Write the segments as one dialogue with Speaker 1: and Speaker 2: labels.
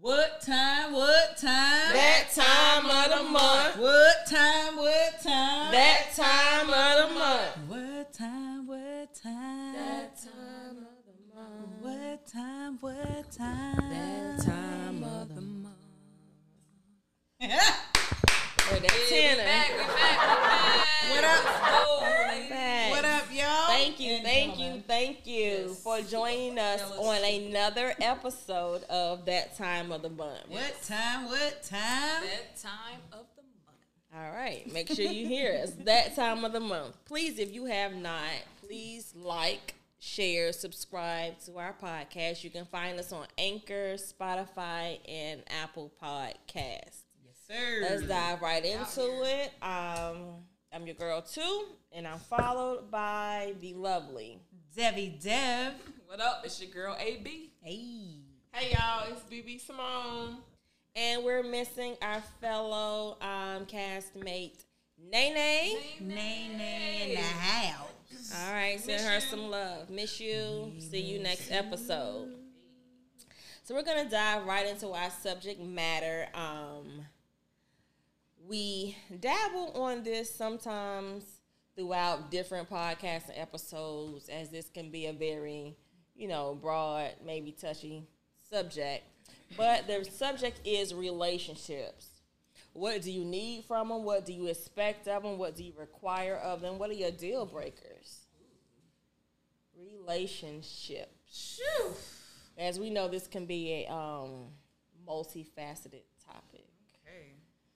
Speaker 1: What time? What time?
Speaker 2: That time of the month.
Speaker 1: What time? What time?
Speaker 2: That time of the month.
Speaker 1: What time? What time?
Speaker 2: That time of the month.
Speaker 1: What time? What time?
Speaker 2: That time of the month.
Speaker 1: what
Speaker 2: Or that tenor.
Speaker 1: up?
Speaker 2: Back.
Speaker 1: What up, y'all?
Speaker 2: Thank you,
Speaker 1: And
Speaker 2: thank you,
Speaker 1: gentlemen.
Speaker 2: thank you
Speaker 1: Yes.
Speaker 2: for joining us on another episode of That Time of the Month.
Speaker 1: What time? What time?
Speaker 3: That time of the month.
Speaker 2: All right, make sure you hear us. That time of the month. Please, if you have not, please like, share, subscribe to our podcast. You can find us on Anchor, Spotify, and Apple Podcasts.
Speaker 1: Yes, sir.
Speaker 2: Let's dive right into it. Um, I'm your girl too, and I'm followed by the lovely.
Speaker 1: Debbie Dev.
Speaker 3: What up? It's your girl AB.
Speaker 1: Hey.
Speaker 3: Hey y'all, it's BB Simone.
Speaker 2: And we're missing our fellow um, castmate, Nene.
Speaker 1: Nay, nay in the house.
Speaker 2: All right, send her some love. Miss you. See you next episode. So we're gonna dive right into our subject matter. Um, we dabble on this sometimes throughout different podcasts and episodes, as this can be a very, you know, broad, maybe touchy subject. But the subject is relationships. What do you need from them? What do you expect of them? What do you require of them? What are your deal breakers? Relationship. As we know, this can be a um, multifaceted topic.
Speaker 3: Okay.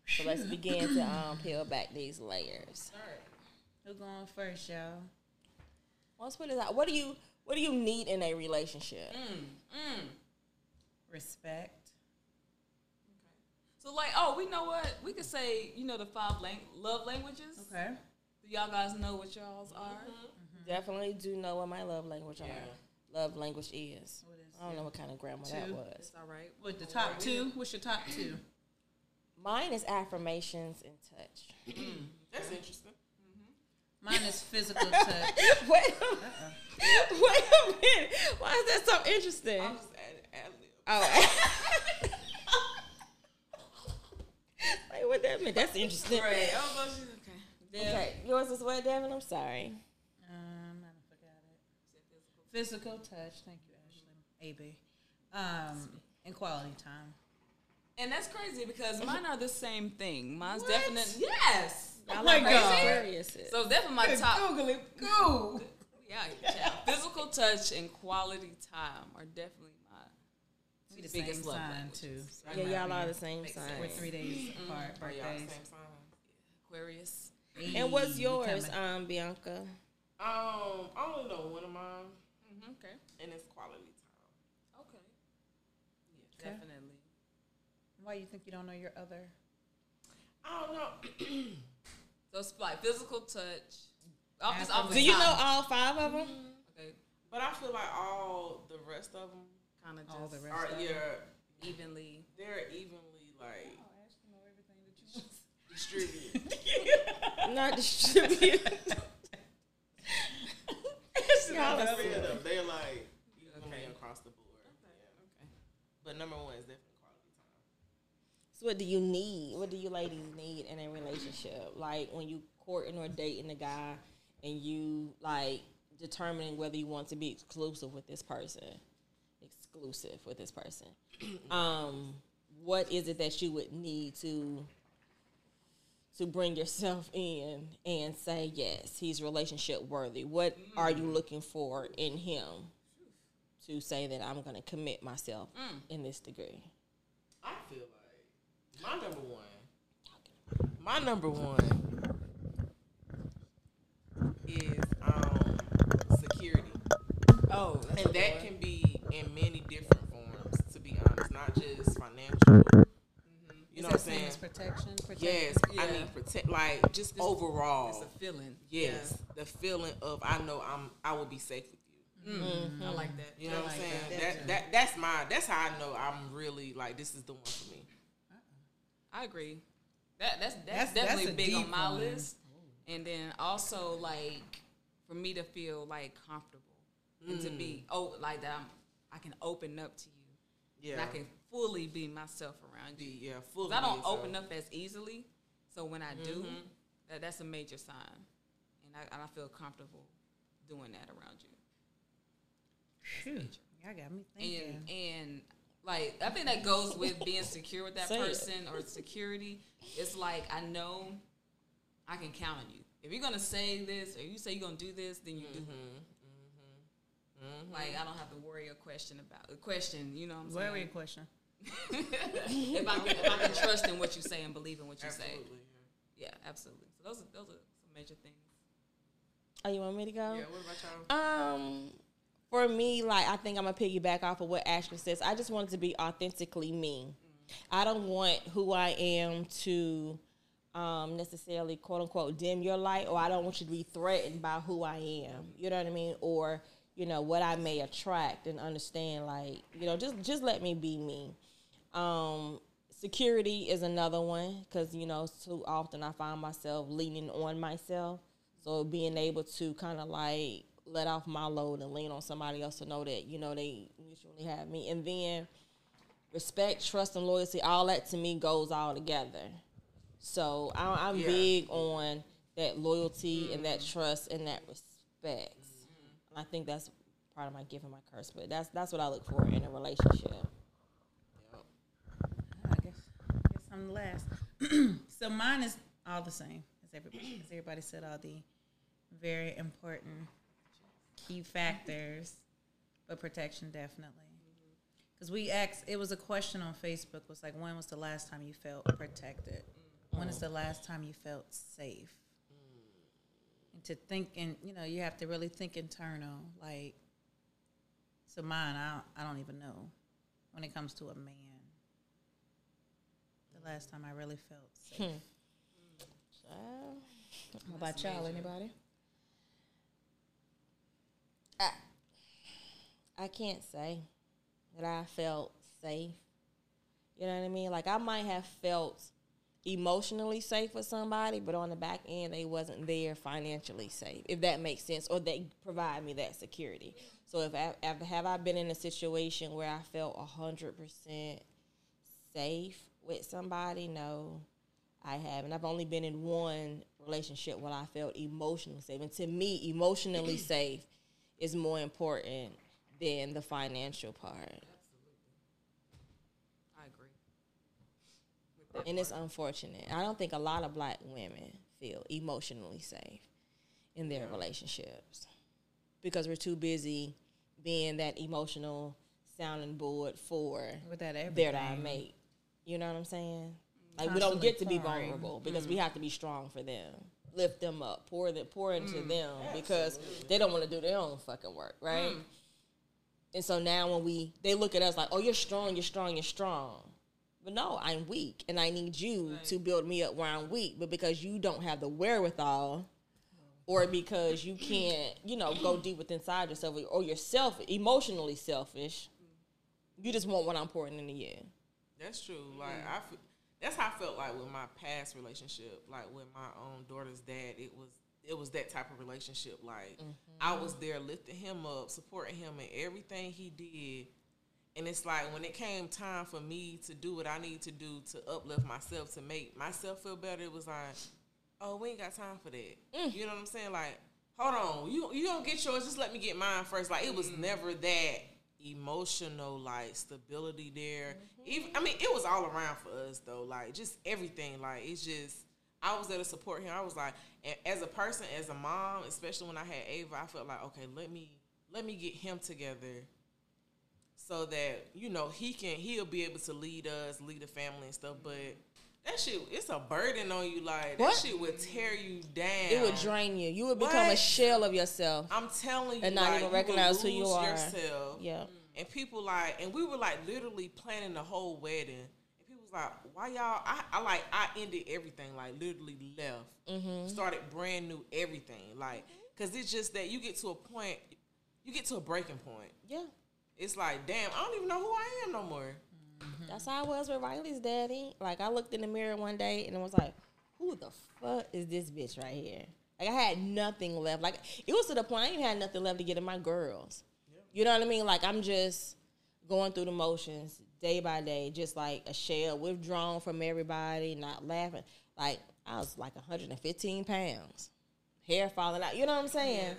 Speaker 2: So let's begin to um, peel back these layers.
Speaker 1: Who going first, y'all?
Speaker 2: Let's put it out. What do you What do you need in a relationship?
Speaker 3: Mm,
Speaker 1: Respect.
Speaker 3: So like, oh, we know what? We could say, you know, the five lang- love languages.
Speaker 1: Okay.
Speaker 3: Do y'all guys know what y'all's are?
Speaker 1: Mm-hmm.
Speaker 2: Definitely do know what my love language are. Love language is.
Speaker 1: What is
Speaker 2: I don't know what kind of grammar that
Speaker 1: Two.
Speaker 2: was.
Speaker 3: all right.
Speaker 1: What the top two? What's your top two?
Speaker 2: Mine is affirmations and touch.
Speaker 4: That's interesting.
Speaker 1: Mine is physical touch.
Speaker 2: Wait a,
Speaker 1: Uh-uh.
Speaker 2: wait a minute. Why is that so interesting?
Speaker 4: I'm just adding ad lib.
Speaker 2: Oh. like, what that mean? That's interesting.
Speaker 4: Right. I was like, she's okay.
Speaker 2: Okay. Yours is what, Devin? I'm sorry.
Speaker 1: Um, I done forgot it. Physical touch. Thank you, Ashley. AB. Um, and quality time.
Speaker 3: And that's crazy because mine are the same thing. Mine's
Speaker 1: What?
Speaker 3: definitely yes.
Speaker 2: I
Speaker 1: Oh
Speaker 2: like
Speaker 1: my
Speaker 2: how
Speaker 1: God.
Speaker 2: serious it is.
Speaker 3: So definitely my top
Speaker 1: Google it. Go.
Speaker 3: Yeah, child. physical touch and quality time are definitely my
Speaker 1: We the
Speaker 3: two biggest
Speaker 1: same
Speaker 3: love
Speaker 1: sign
Speaker 3: languages.
Speaker 1: too.
Speaker 2: Yeah, y'all are the same
Speaker 4: Makes
Speaker 2: sign.
Speaker 4: sense.
Speaker 1: We're three days apart.
Speaker 4: Are y'all the
Speaker 1: Birthdays.
Speaker 4: same sign?
Speaker 3: Aquarius.
Speaker 2: And
Speaker 1: Ayy,
Speaker 2: what's
Speaker 1: we
Speaker 2: yours,
Speaker 1: coming.
Speaker 2: um, Bianca?
Speaker 4: Um, I only know one of mine,
Speaker 3: Mm-hmm, okay.
Speaker 4: and it's quality time.
Speaker 3: Okay. Yeah,
Speaker 1: Okay.
Speaker 3: definitely.
Speaker 1: Why you think you don't know your other?
Speaker 4: I don't know.
Speaker 3: So it's like physical touch. Off just off the
Speaker 2: Do you
Speaker 3: top.
Speaker 2: know all five of them?
Speaker 3: Okay,
Speaker 4: But I feel like all the rest of them
Speaker 3: kind of just
Speaker 1: All the rest.
Speaker 4: are
Speaker 1: of
Speaker 4: yeah,
Speaker 3: evenly.
Speaker 4: they're evenly like distributed.
Speaker 2: Not distributed. y'all
Speaker 4: I
Speaker 2: are
Speaker 4: feel
Speaker 2: serious.
Speaker 4: them. They're like evenly
Speaker 3: Okay.
Speaker 4: across the board. Yeah.
Speaker 3: Okay.
Speaker 4: But number one is definitely quality time.
Speaker 2: So what do you need? What do you ladies need in a relationship? Like when you courting or dating a guy and you like determining whether you want to be exclusive with this person. Exclusive with this person. um, what is it that you would need to to bring yourself in and say yes, he's relationship worthy? What are you looking for in him to say that I'm gonna commit myself in this degree?
Speaker 4: I feel like my number one. My number one is um, security,
Speaker 3: Oh, that's
Speaker 4: and that can be in many different forms. To be honest, not just financial. Mm-hmm. You know what I'm saying?
Speaker 1: Same as protection. protection.
Speaker 4: Yes, I
Speaker 3: Yeah.
Speaker 4: mean protect. Like just overall,
Speaker 3: it's a feeling.
Speaker 4: yes, the feeling of I know I'm I will be safe with you.
Speaker 1: Hmm.
Speaker 3: I like that.
Speaker 4: You know what I'm
Speaker 1: like
Speaker 4: saying?
Speaker 1: that.
Speaker 4: That, that that's my that's how I know I'm really like this is the one for me.
Speaker 3: I agree. That that's
Speaker 1: That's-
Speaker 3: that's,
Speaker 1: that's
Speaker 3: definitely
Speaker 1: a
Speaker 3: big
Speaker 1: deep
Speaker 3: on my
Speaker 1: one.
Speaker 3: list. And then also like for me to
Speaker 4: Hmm.
Speaker 3: feel like comfortable and to be oh like that I'm, I can open up to you
Speaker 4: Yeah.
Speaker 3: And I can fully be myself around you.
Speaker 4: Be- yeah, fully.
Speaker 3: 'Cause I don't
Speaker 4: yourself. Mm-hmm.
Speaker 3: open up as easily. So when I do, that, that's a major sign. And I, and I feel comfortable doing that around you.
Speaker 1: Y'all got me thinking.
Speaker 3: and and like I think that goes with being secure with that
Speaker 2: Say it.
Speaker 3: person or security. It's like I know I can count on you. If you're gonna say this or you say you're gonna do this, then you do.
Speaker 4: Mm-hmm.
Speaker 3: Like I don't have to worry or question about a question. You know what I'm
Speaker 1: Where we
Speaker 3: saying?
Speaker 1: question?
Speaker 3: if, I can, if I can trust in what you say and believe in what you
Speaker 4: Absolutely.
Speaker 3: say, yeah, absolutely. So those are those are some major things.
Speaker 2: Oh, you want me to go?
Speaker 4: Yeah. yeah. What about y'all?
Speaker 2: Um, for me, like I think I'm gonna piggyback off of what Ashley says. I just wanted to be authentically me. I don't want who I am to um, necessarily quote unquote dim your light, or I don't want you to be threatened by who I am. You know what I mean? Or you know what I may attract and understand. Like you know, just just let me be me. Um, security is another one because you know too often I find myself leaning on myself. So being able to kind of like let off my load and lean on somebody else to know that you know they mutually have me, and then respect, trust, and loyalty, all that to me goes all together. So I, I'm
Speaker 4: Yeah.
Speaker 2: big on that loyalty and that trust and that respect. And I think that's part of my gift and my curse, but that's that's what I look for in a relationship.
Speaker 1: I guess, I guess I'm the last. so mine is all the same as everybody. As everybody said, all the very important key factors, but protection definitely. Because we asked, it was a question on Facebook. Was like, when was the last time you felt protected? When is the last time you felt safe? And to think, and you know, you have to really think internal. Like, so mine, I don't, I don't even know when it comes to a man the last time I really felt safe.
Speaker 2: How about y'all? Anybody? I, I can't say that I felt safe. You know what I mean? Like I might have felt emotionally safe with somebody, but on the back end they wasn't there financially safe, if that makes sense, or they provide me that security. So if I have, have I been in a situation where I felt hundred percent safe with somebody? No, I haven't. I've only been in one relationship where I felt emotionally safe. And to me, emotionally safe is more important than the financial part.
Speaker 3: I agree.
Speaker 2: And it's unfortunate. I don't think a lot of black women feel emotionally safe in their relationships because we're too busy being that emotional sounding board for
Speaker 1: With that
Speaker 2: there
Speaker 1: everything.
Speaker 2: to our mate. You know what I'm saying? Like we don't get to be
Speaker 1: Constantly
Speaker 2: vulnerable because we have to be strong for them. Lift them up, pour them, pour into them because they don't want to do their own fucking work, right? And so now when we they look at us like, "Oh, you're strong, you're strong, you're strong." But no, I'm weak and I need you to build me up where I'm weak, but because you don't have the wherewithal or because you can't, you know, go deep within inside yourself or you're selfish, emotionally selfish, you just want what I'm pouring into you.
Speaker 4: That's true. Like I, f- that's how I felt like with my past relationship, like with my own daughter's dad. It was it was that type of relationship. Like
Speaker 3: Mm-hmm.
Speaker 4: I was there lifting him up, supporting him in everything he did. And it's like when it came time for me to do what I need to do to uplift myself, to make myself feel better, it was like, oh, we ain't got time for that. You know what I'm saying? Like, hold on, you you don't get yours, just let me get mine first. Like it was never that emotional like stability there. Even I mean, it was all around for us though. Like just everything. Like it's just I was there to support him. I was like, a- as a person, as a mom, especially when I had Ava, I felt like, okay, let me let me get him together so that you know he can he'll be able to lead us, lead the family and stuff. But that shit, it's a burden on you. Like
Speaker 2: What?
Speaker 4: that shit would tear you down.
Speaker 2: It would drain you. You would become a
Speaker 4: What?
Speaker 2: shell of yourself.
Speaker 4: I'm telling you,
Speaker 2: And not
Speaker 4: like,
Speaker 2: even
Speaker 4: you would
Speaker 2: recognize who you
Speaker 4: lose
Speaker 2: are.
Speaker 4: Yourself.
Speaker 2: Yeah.
Speaker 4: And people like, and we were like literally planning the whole wedding. And people was like, why y'all? I, I like, I ended everything. Like literally left,
Speaker 2: Mm-hmm.
Speaker 4: started brand new everything. Like, cause it's just that you get to a point, you get to a breaking point.
Speaker 2: Yeah.
Speaker 4: It's like, damn, I don't even know who I am no more.
Speaker 2: That's how I was with Riley's daddy. Like I looked in the mirror one day and I was like, who the fuck is this bitch right here? Like I had nothing left. Like it was to the point I even had nothing left to get in my girls. You know what I mean? Like I'm just going through the motions, day by day, just like a shell withdrawn from everybody, not laughing. Like I was like 115 pounds, hair falling out. You know what I'm saying?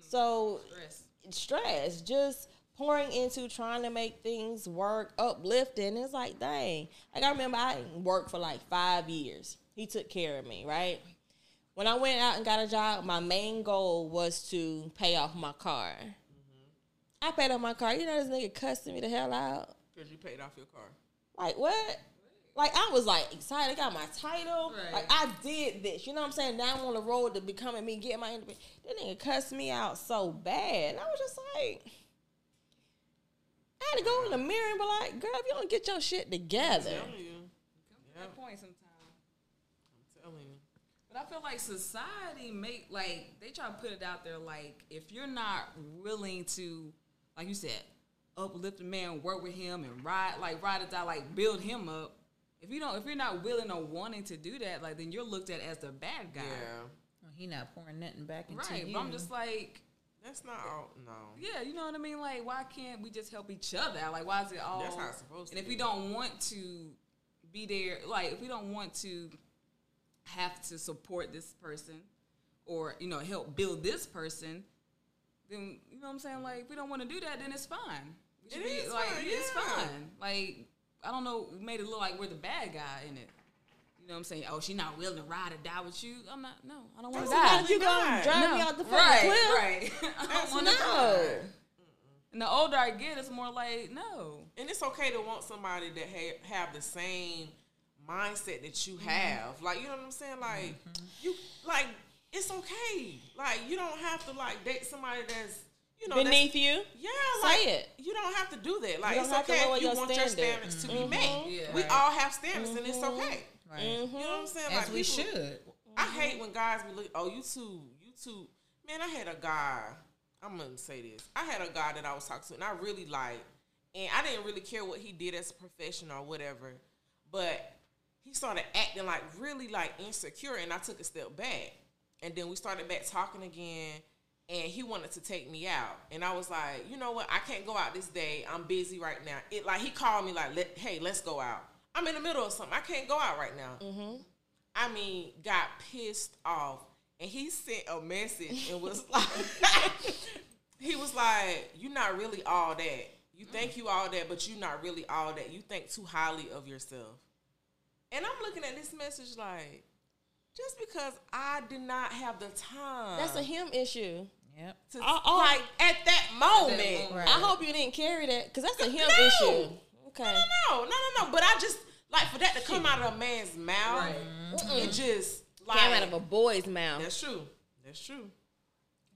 Speaker 2: So
Speaker 3: Stress.
Speaker 2: stress, just pouring into trying to make things work, uplifting. It's like, dang. Like I remember I worked for like five years. He took care of me, right? When I went out and got a job, my main goal was to pay off my car. I paid off my car. You know this nigga cussing me the hell out.
Speaker 4: Because you paid off your car.
Speaker 2: Like what? Like I was like excited, I got my title.
Speaker 3: Right.
Speaker 2: Like I did this. You know what I'm saying? Now I'm on the road to becoming me, getting my independence. That nigga cussed me out so bad. And I was just like, I had to go in the mirror and be like, girl, if you don't get your shit together.
Speaker 4: Telling you.
Speaker 3: Come to
Speaker 4: Yeah.
Speaker 3: that point sometimes.
Speaker 4: I'm telling you.
Speaker 3: But I feel like society make like they try to put it out there like if you're not willing to, like you said, uplift a man, work with him, and ride like ride or die, like build him up. If you don't, if you're not willing or wanting to do that, like then you're looked at as the bad guy,
Speaker 4: Yeah.
Speaker 1: Well, he not pouring nothing back into
Speaker 3: right?
Speaker 1: you.
Speaker 3: But I'm just like,
Speaker 4: That's not all. No.
Speaker 3: yeah, you know what I mean. Like, why can't we just help each other? out? Like, why is it all?
Speaker 4: That's how it's supposed
Speaker 3: And
Speaker 4: to
Speaker 3: if we
Speaker 4: be.
Speaker 3: don't want to be there, like if we don't want to have to support this person or you know help build this person, then you know what I'm saying. Like, if we don't want to do that, then it's fine. We should
Speaker 4: It
Speaker 3: be-
Speaker 4: is
Speaker 3: like
Speaker 4: fine,
Speaker 3: it's
Speaker 4: yeah.
Speaker 3: fine. Like I don't know, we made it look like we're the bad guy in it. You know what I'm saying? Oh, she's not willing to ride or die with you. I'm not. No, I don't want to die.
Speaker 2: Like, you gonna
Speaker 4: not.
Speaker 2: drive
Speaker 3: No.
Speaker 2: me off the fucking cliff?
Speaker 3: Right, right. I don't want to.
Speaker 2: No.
Speaker 3: And the older I get, it's more like no.
Speaker 4: And it's okay to want somebody that ha- have the same mindset that
Speaker 2: Mm-hmm.
Speaker 4: you have. Like, you know what I'm saying? Like, you like it's okay. Like, you don't have to like date somebody that's you know
Speaker 2: Beneath you.
Speaker 4: That's, yeah,
Speaker 2: Say
Speaker 4: like
Speaker 2: it.
Speaker 4: you don't have to do that. Like,
Speaker 2: don't
Speaker 4: it's
Speaker 2: have to
Speaker 4: okay
Speaker 2: lower
Speaker 4: if you
Speaker 2: your
Speaker 4: want your
Speaker 2: standard. Mm-hmm.
Speaker 4: standards to be met.
Speaker 3: Yeah.
Speaker 4: We
Speaker 3: Right.
Speaker 4: all have standards, and it's okay.
Speaker 1: right.
Speaker 2: Mm-hmm.
Speaker 4: You know what I'm saying?
Speaker 1: As we
Speaker 4: people-
Speaker 1: should.
Speaker 4: I hate when guys be look. Oh, you too. You too. Man, I had a guy. I'm gonna say this. I had a guy that I was talking to, and I really like, and I didn't really care what he did as a profession or whatever, but he started acting like really like insecure, and I took a step back, and then we started back talking again, and he wanted to take me out, and I was like, you know what? I can't go out this day. I'm busy right now. It like he called me like, Let, hey, let's go out. I'm in the middle of something. I can't go out right now. I mean, got pissed off. And he sent a message and was like, he was like, you're not really all that. You think you all that, but you're not really all that. You think too highly of yourself. And I'm looking at this message like, just because I did not have the time
Speaker 2: That's a him issue.
Speaker 1: Yep.
Speaker 4: to,
Speaker 2: I- I-
Speaker 4: like, at that moment.
Speaker 1: Right.
Speaker 2: I hope you didn't carry that, because that's a him
Speaker 4: No.
Speaker 2: issue. Okay.
Speaker 4: No, no, no, no. But I just, like, for that to come out of a man's mouth, it just, like.
Speaker 2: Came out of a boy's mouth.
Speaker 4: That's true. That's true.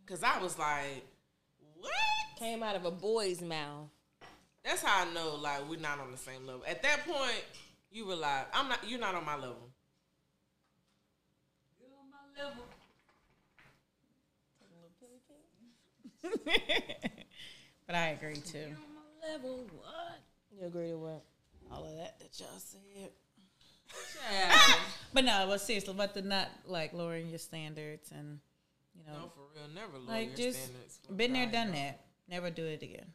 Speaker 4: Cause I was like, what?
Speaker 2: Came out of a boy's mouth.
Speaker 4: That's how I know like we're not on the same level. At that point, you were like, I'm not. You're not on my level.
Speaker 1: But I agree too.
Speaker 3: Level what?
Speaker 2: You agree to what?
Speaker 1: All of that that y'all said.
Speaker 3: Child.
Speaker 1: But no, but seriously, but the not like lowering your standards and you know,
Speaker 4: No, for real, never lower
Speaker 1: like
Speaker 4: your
Speaker 1: just
Speaker 4: standards. for
Speaker 1: been there,
Speaker 4: God,
Speaker 1: done
Speaker 4: no.
Speaker 1: that. Never do it again.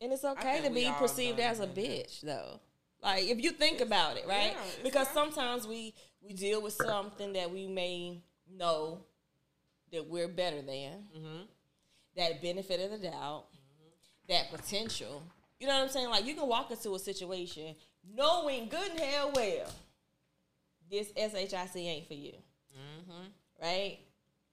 Speaker 2: And it's okay
Speaker 4: think
Speaker 2: to
Speaker 4: we
Speaker 2: be
Speaker 4: all
Speaker 2: perceived
Speaker 4: done
Speaker 2: as a
Speaker 4: been there.
Speaker 2: bitch, though. Like if you think about it, right?
Speaker 4: yeah, it's
Speaker 2: because
Speaker 4: not-
Speaker 2: sometimes we we deal with something that we may know that we're better than,
Speaker 4: Mm-hmm.
Speaker 2: that benefit of the doubt, that potential. You know what I'm saying? Like you can walk into a situation knowing good and hell well this SHIC ain't for you,
Speaker 4: Mm-hmm.
Speaker 2: right?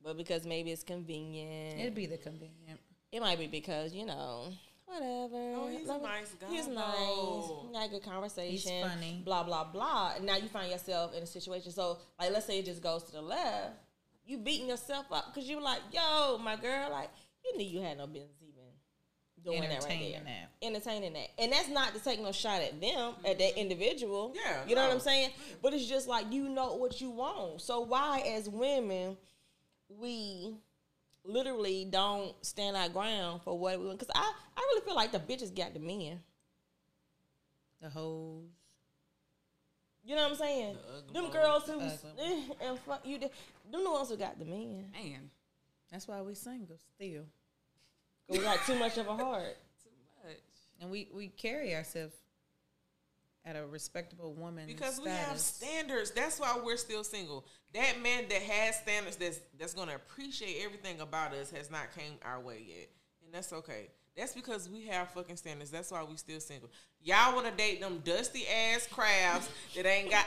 Speaker 2: But because maybe it's convenient,
Speaker 1: It'd be the convenient.
Speaker 2: it might be because you know, whatever.
Speaker 4: Oh, he's a
Speaker 2: Like,
Speaker 4: nice guy,
Speaker 2: He's nice.
Speaker 4: though.
Speaker 2: We got a good conversation.
Speaker 1: He's funny.
Speaker 2: Blah blah blah. And now you find yourself in a situation. So like, let's say it just goes to the left. You beating yourself up because you're like, yo, my girl, like you knew you had no business even doing that right there.
Speaker 1: Entertaining that.
Speaker 2: Entertaining that. And that's not to take no shot at them,
Speaker 1: Mm-hmm.
Speaker 2: at that individual.
Speaker 4: Yeah,
Speaker 2: You know what
Speaker 4: no.
Speaker 2: I'm saying? But it's just like you know what you want. So why as women we literally don't stand our ground for what we want. Because I, I really feel like the bitches got the men.
Speaker 1: The hoes.
Speaker 2: You know what I'm saying?
Speaker 4: The ugly
Speaker 2: them
Speaker 4: ones.
Speaker 2: girls who
Speaker 1: The
Speaker 2: was-
Speaker 1: ugly
Speaker 2: and fuck you, them the ones who got the men.
Speaker 3: Man,
Speaker 1: That's why we single still.
Speaker 2: 'Cause we got too much of a heart.
Speaker 3: too much.
Speaker 1: And we, we carry ourselves at a respectable woman
Speaker 4: Because we have
Speaker 1: status.
Speaker 4: standards. That's why we're still single. That man that has standards that's that's gonna appreciate everything about us has not came our way yet. And that's okay. That's because we have fucking standards. That's why we still single. Y'all wanna date them dusty ass crabs that ain't got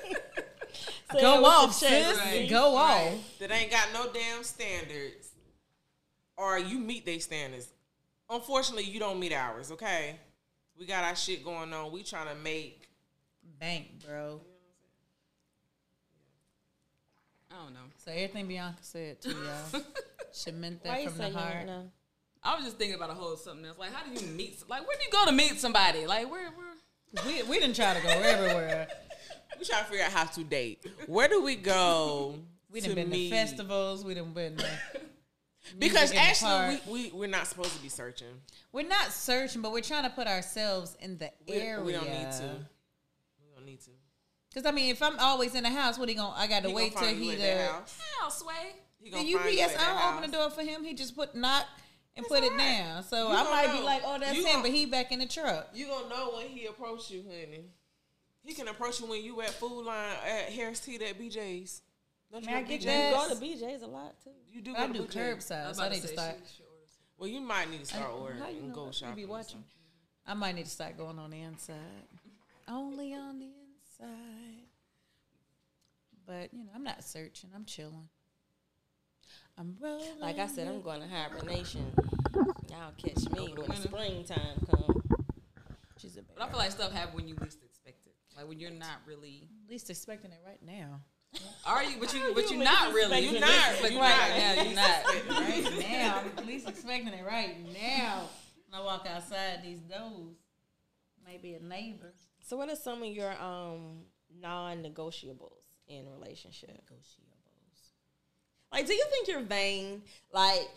Speaker 2: Say
Speaker 1: go
Speaker 2: it with your
Speaker 1: off,
Speaker 2: chest,
Speaker 1: sis.
Speaker 2: B.
Speaker 1: Go off.
Speaker 4: that ain't got no damn standards. Or you meet their standards. Unfortunately, you don't meet ours, okay? We got our shit going on. We trying to make
Speaker 1: Bank, bro.
Speaker 3: I don't know.
Speaker 1: So everything Bianca said to y'all, she meant
Speaker 2: Why
Speaker 1: that
Speaker 2: you
Speaker 1: from
Speaker 2: say
Speaker 1: the
Speaker 2: you don't
Speaker 1: heart.
Speaker 2: know?
Speaker 3: I was just thinking about a whole something else. Like, how do you meet? Like, where do you go to meet somebody? Like, where, where?
Speaker 1: We we didn't try to go everywhere.
Speaker 4: we trying to figure out how to date. Where do we go?
Speaker 1: We
Speaker 4: to
Speaker 1: done been
Speaker 4: meet?
Speaker 1: to festivals. We done been. To
Speaker 4: Because
Speaker 1: music in the
Speaker 4: actually,
Speaker 1: park.
Speaker 4: we, we, we're not supposed to be searching.
Speaker 1: we're not searching, but we're trying to put ourselves in the
Speaker 4: We,
Speaker 1: area.
Speaker 4: we don't need to. We don't need to.
Speaker 1: Because I mean, if I'm always in the house, what he gonna? I got to
Speaker 4: He gonna
Speaker 1: wait till
Speaker 4: find you
Speaker 1: he
Speaker 4: at
Speaker 1: the,
Speaker 4: that house.
Speaker 3: How, Sway?
Speaker 4: He
Speaker 1: the
Speaker 4: gonna find you at
Speaker 1: UPS.
Speaker 4: that
Speaker 1: I don't open
Speaker 4: house.
Speaker 1: the door for him. He just put knock and put it
Speaker 4: all right.
Speaker 1: down. So
Speaker 4: You
Speaker 1: I
Speaker 4: gonna
Speaker 1: might be
Speaker 4: know.
Speaker 1: like, oh, that's
Speaker 4: You
Speaker 1: him,
Speaker 4: gonna-
Speaker 1: but he back in the truck.
Speaker 4: You gonna know when he approach you, honey. He can approach you when you at food line at Harris Teeter at BJ's. Don't
Speaker 1: May I
Speaker 4: at
Speaker 1: get
Speaker 4: BJ's?
Speaker 1: that?
Speaker 2: Go to BJ's a lot too.
Speaker 4: You do.
Speaker 1: I
Speaker 4: go to
Speaker 1: do
Speaker 4: BJ's.
Speaker 1: curbside, so I need to start.
Speaker 4: Well, you might need to start ordering
Speaker 1: How you
Speaker 4: and
Speaker 1: know
Speaker 4: go
Speaker 1: that?
Speaker 4: shopping.
Speaker 1: You be
Speaker 4: or
Speaker 1: watching.
Speaker 4: something.
Speaker 1: I might need to start going on the inside. Only on the inside. But you know, I'm not searching. I'm chilling. I'm rolling.
Speaker 2: Like I said, I'm going to hibernation. Y'all catch me when springtime comes. She's a
Speaker 3: But I feel like stuff happens when you least expect it. Like when you're not really.
Speaker 1: at least expecting it right now.
Speaker 3: Are you? But you. But
Speaker 2: you
Speaker 3: you're not
Speaker 2: least
Speaker 3: really.
Speaker 2: expecting
Speaker 3: You're
Speaker 2: it?
Speaker 3: not. Like
Speaker 4: You're
Speaker 3: right
Speaker 4: not.
Speaker 3: now, you're not.
Speaker 4: Right?
Speaker 1: now. I'm at least expecting it right now. When I walk outside these doors, maybe a neighbor.
Speaker 2: So, what are some of your um non-negotiables in a relationship? Negotiables. Like, do you think you're vain? Like,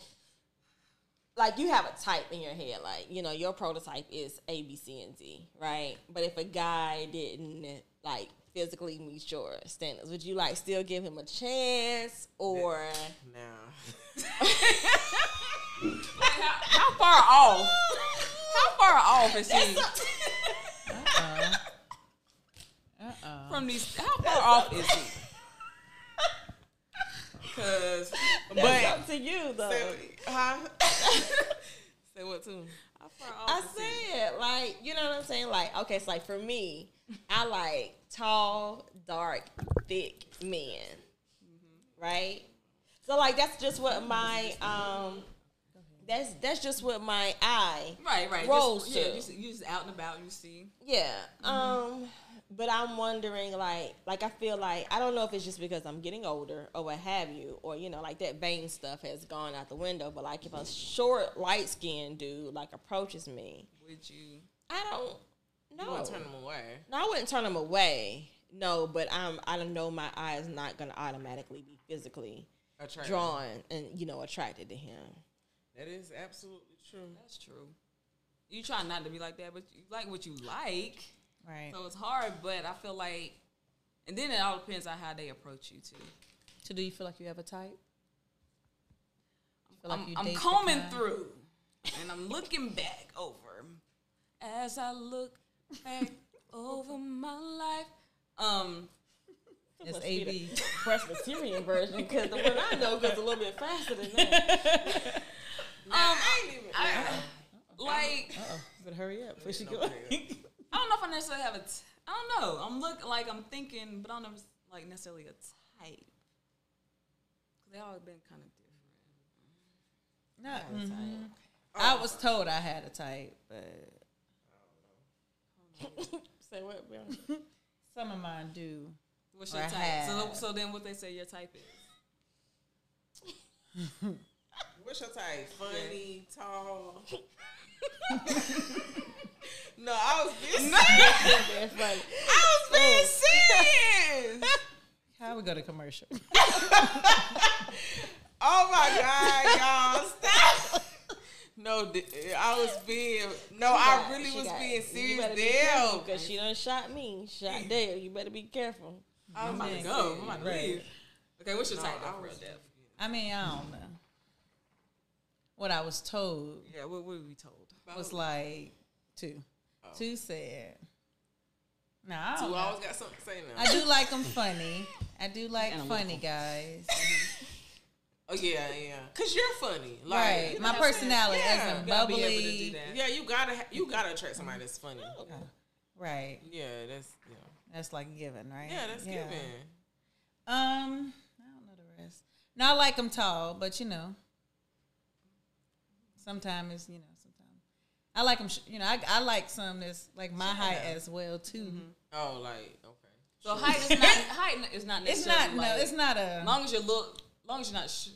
Speaker 2: like you have a type in your head. Like, you know, your prototype is A, B, C, and D, right? But if a guy didn't like physically meet your standards, would you like still give him a chance or?
Speaker 4: Nah.
Speaker 3: How far off? How far off is he
Speaker 1: Uh uh-uh. uh.
Speaker 3: from these? How far off is he? Because
Speaker 2: That's
Speaker 4: But
Speaker 2: up to you though.
Speaker 4: say, huh? say what too?
Speaker 3: how far off?
Speaker 2: I
Speaker 3: is he?
Speaker 2: said, like, you know what I'm saying? Like, okay, it's like for me, I like tall, dark, thick men. Right? So like that's just what my um that's that's just what my eye
Speaker 3: Right, right.
Speaker 2: Rolls
Speaker 3: just, yeah,
Speaker 2: too.
Speaker 3: you, see- you just out and about. You see.
Speaker 2: yeah. Um, but I'm wondering, like, like I feel like I don't know if it's just because I'm getting older or what have you, or you know, like that vein stuff has gone out the window. But like, if a short, light skinned dude like approaches me,
Speaker 3: Would you?
Speaker 2: I don't
Speaker 4: You
Speaker 2: know.
Speaker 4: want to turn them away?
Speaker 2: No, I wouldn't turn them away. No, but I'm. I don't know. My eye is not gonna automatically be physically
Speaker 4: Attract.
Speaker 2: drawn and you know attracted to him.
Speaker 4: That is absolutely true.
Speaker 3: That's true. You try not to be like that, but you like what you like.
Speaker 1: Right.
Speaker 3: So it's hard, but I feel like, and then it all depends on how they approach you too.
Speaker 1: So do you feel like you have a type? Feel like
Speaker 3: I'm,
Speaker 1: you
Speaker 3: I'm
Speaker 1: date the
Speaker 3: combing
Speaker 1: guy?
Speaker 3: through, and I'm looking back over. As I look back over my life, um,
Speaker 1: It's
Speaker 2: Must be
Speaker 1: AB.
Speaker 2: the Presbyterian version because the one I know goes a little bit faster than that.
Speaker 3: um, I like
Speaker 1: Uh oh. But hurry up.
Speaker 2: But she go-
Speaker 3: I don't know if I necessarily have a. T- I don't know. I'm look like I'm thinking, but I don't know if it's like necessarily a type. Cause they all been kind of different.
Speaker 1: Not, mhm.
Speaker 4: Oh.
Speaker 1: I was told I had a type, but
Speaker 2: Say what? Bill?
Speaker 1: some of mine do.
Speaker 3: What's
Speaker 1: Or
Speaker 3: your
Speaker 1: I
Speaker 3: type? So,
Speaker 1: have.
Speaker 3: so then what they say your type is?
Speaker 4: What's your type? Funny, tall. no, I was being
Speaker 2: That's funny.
Speaker 4: I was being serious.
Speaker 1: How we go to commercial?
Speaker 4: Oh my god, y'all stop. No, th- I was being no, I
Speaker 2: She
Speaker 4: really
Speaker 2: got-
Speaker 4: was
Speaker 2: she
Speaker 4: being
Speaker 2: got-
Speaker 4: serious.
Speaker 2: better be
Speaker 4: Damn,
Speaker 2: because she done shot me, shot Dale. You better be careful.
Speaker 3: I'm about to go. I'm about to
Speaker 1: Right.
Speaker 3: leave. Okay, what's your
Speaker 4: No,
Speaker 3: type?
Speaker 4: I
Speaker 3: though, for
Speaker 4: was-
Speaker 3: real, Dev?
Speaker 1: I mean, I don't know. What I was told
Speaker 3: Yeah, what, what were we told?
Speaker 1: was like two. Two said, No, I
Speaker 4: Oh. Two
Speaker 1: don't know.
Speaker 4: always got something to say now.
Speaker 1: I do like them funny. I do like
Speaker 3: Analytical.
Speaker 1: funny guys.
Speaker 4: Oh yeah, yeah. Cause you're funny, like
Speaker 1: Right.
Speaker 4: you
Speaker 1: My
Speaker 4: know what I'm saying?
Speaker 1: personality
Speaker 4: Yeah.
Speaker 1: as a
Speaker 4: Yeah.
Speaker 3: be able to do
Speaker 1: bubbly.
Speaker 3: that.
Speaker 4: Yeah, you gotta ha- you gotta attract somebody that's funny.
Speaker 1: Right.
Speaker 4: Yeah, that's yeah,
Speaker 1: That's like giving, right?
Speaker 4: yeah that's giving.
Speaker 1: Um, I don't know the rest. No, I like them tall, but you know, sometimes you know, sometimes I like them. You know, I, I like some that's like my height as well too.
Speaker 4: Oh, like okay.
Speaker 3: So height is not height is not
Speaker 1: It's
Speaker 3: necessarily.
Speaker 1: not no,
Speaker 3: like-
Speaker 1: it's not a
Speaker 3: As long as you look, as long as you're not. Sh-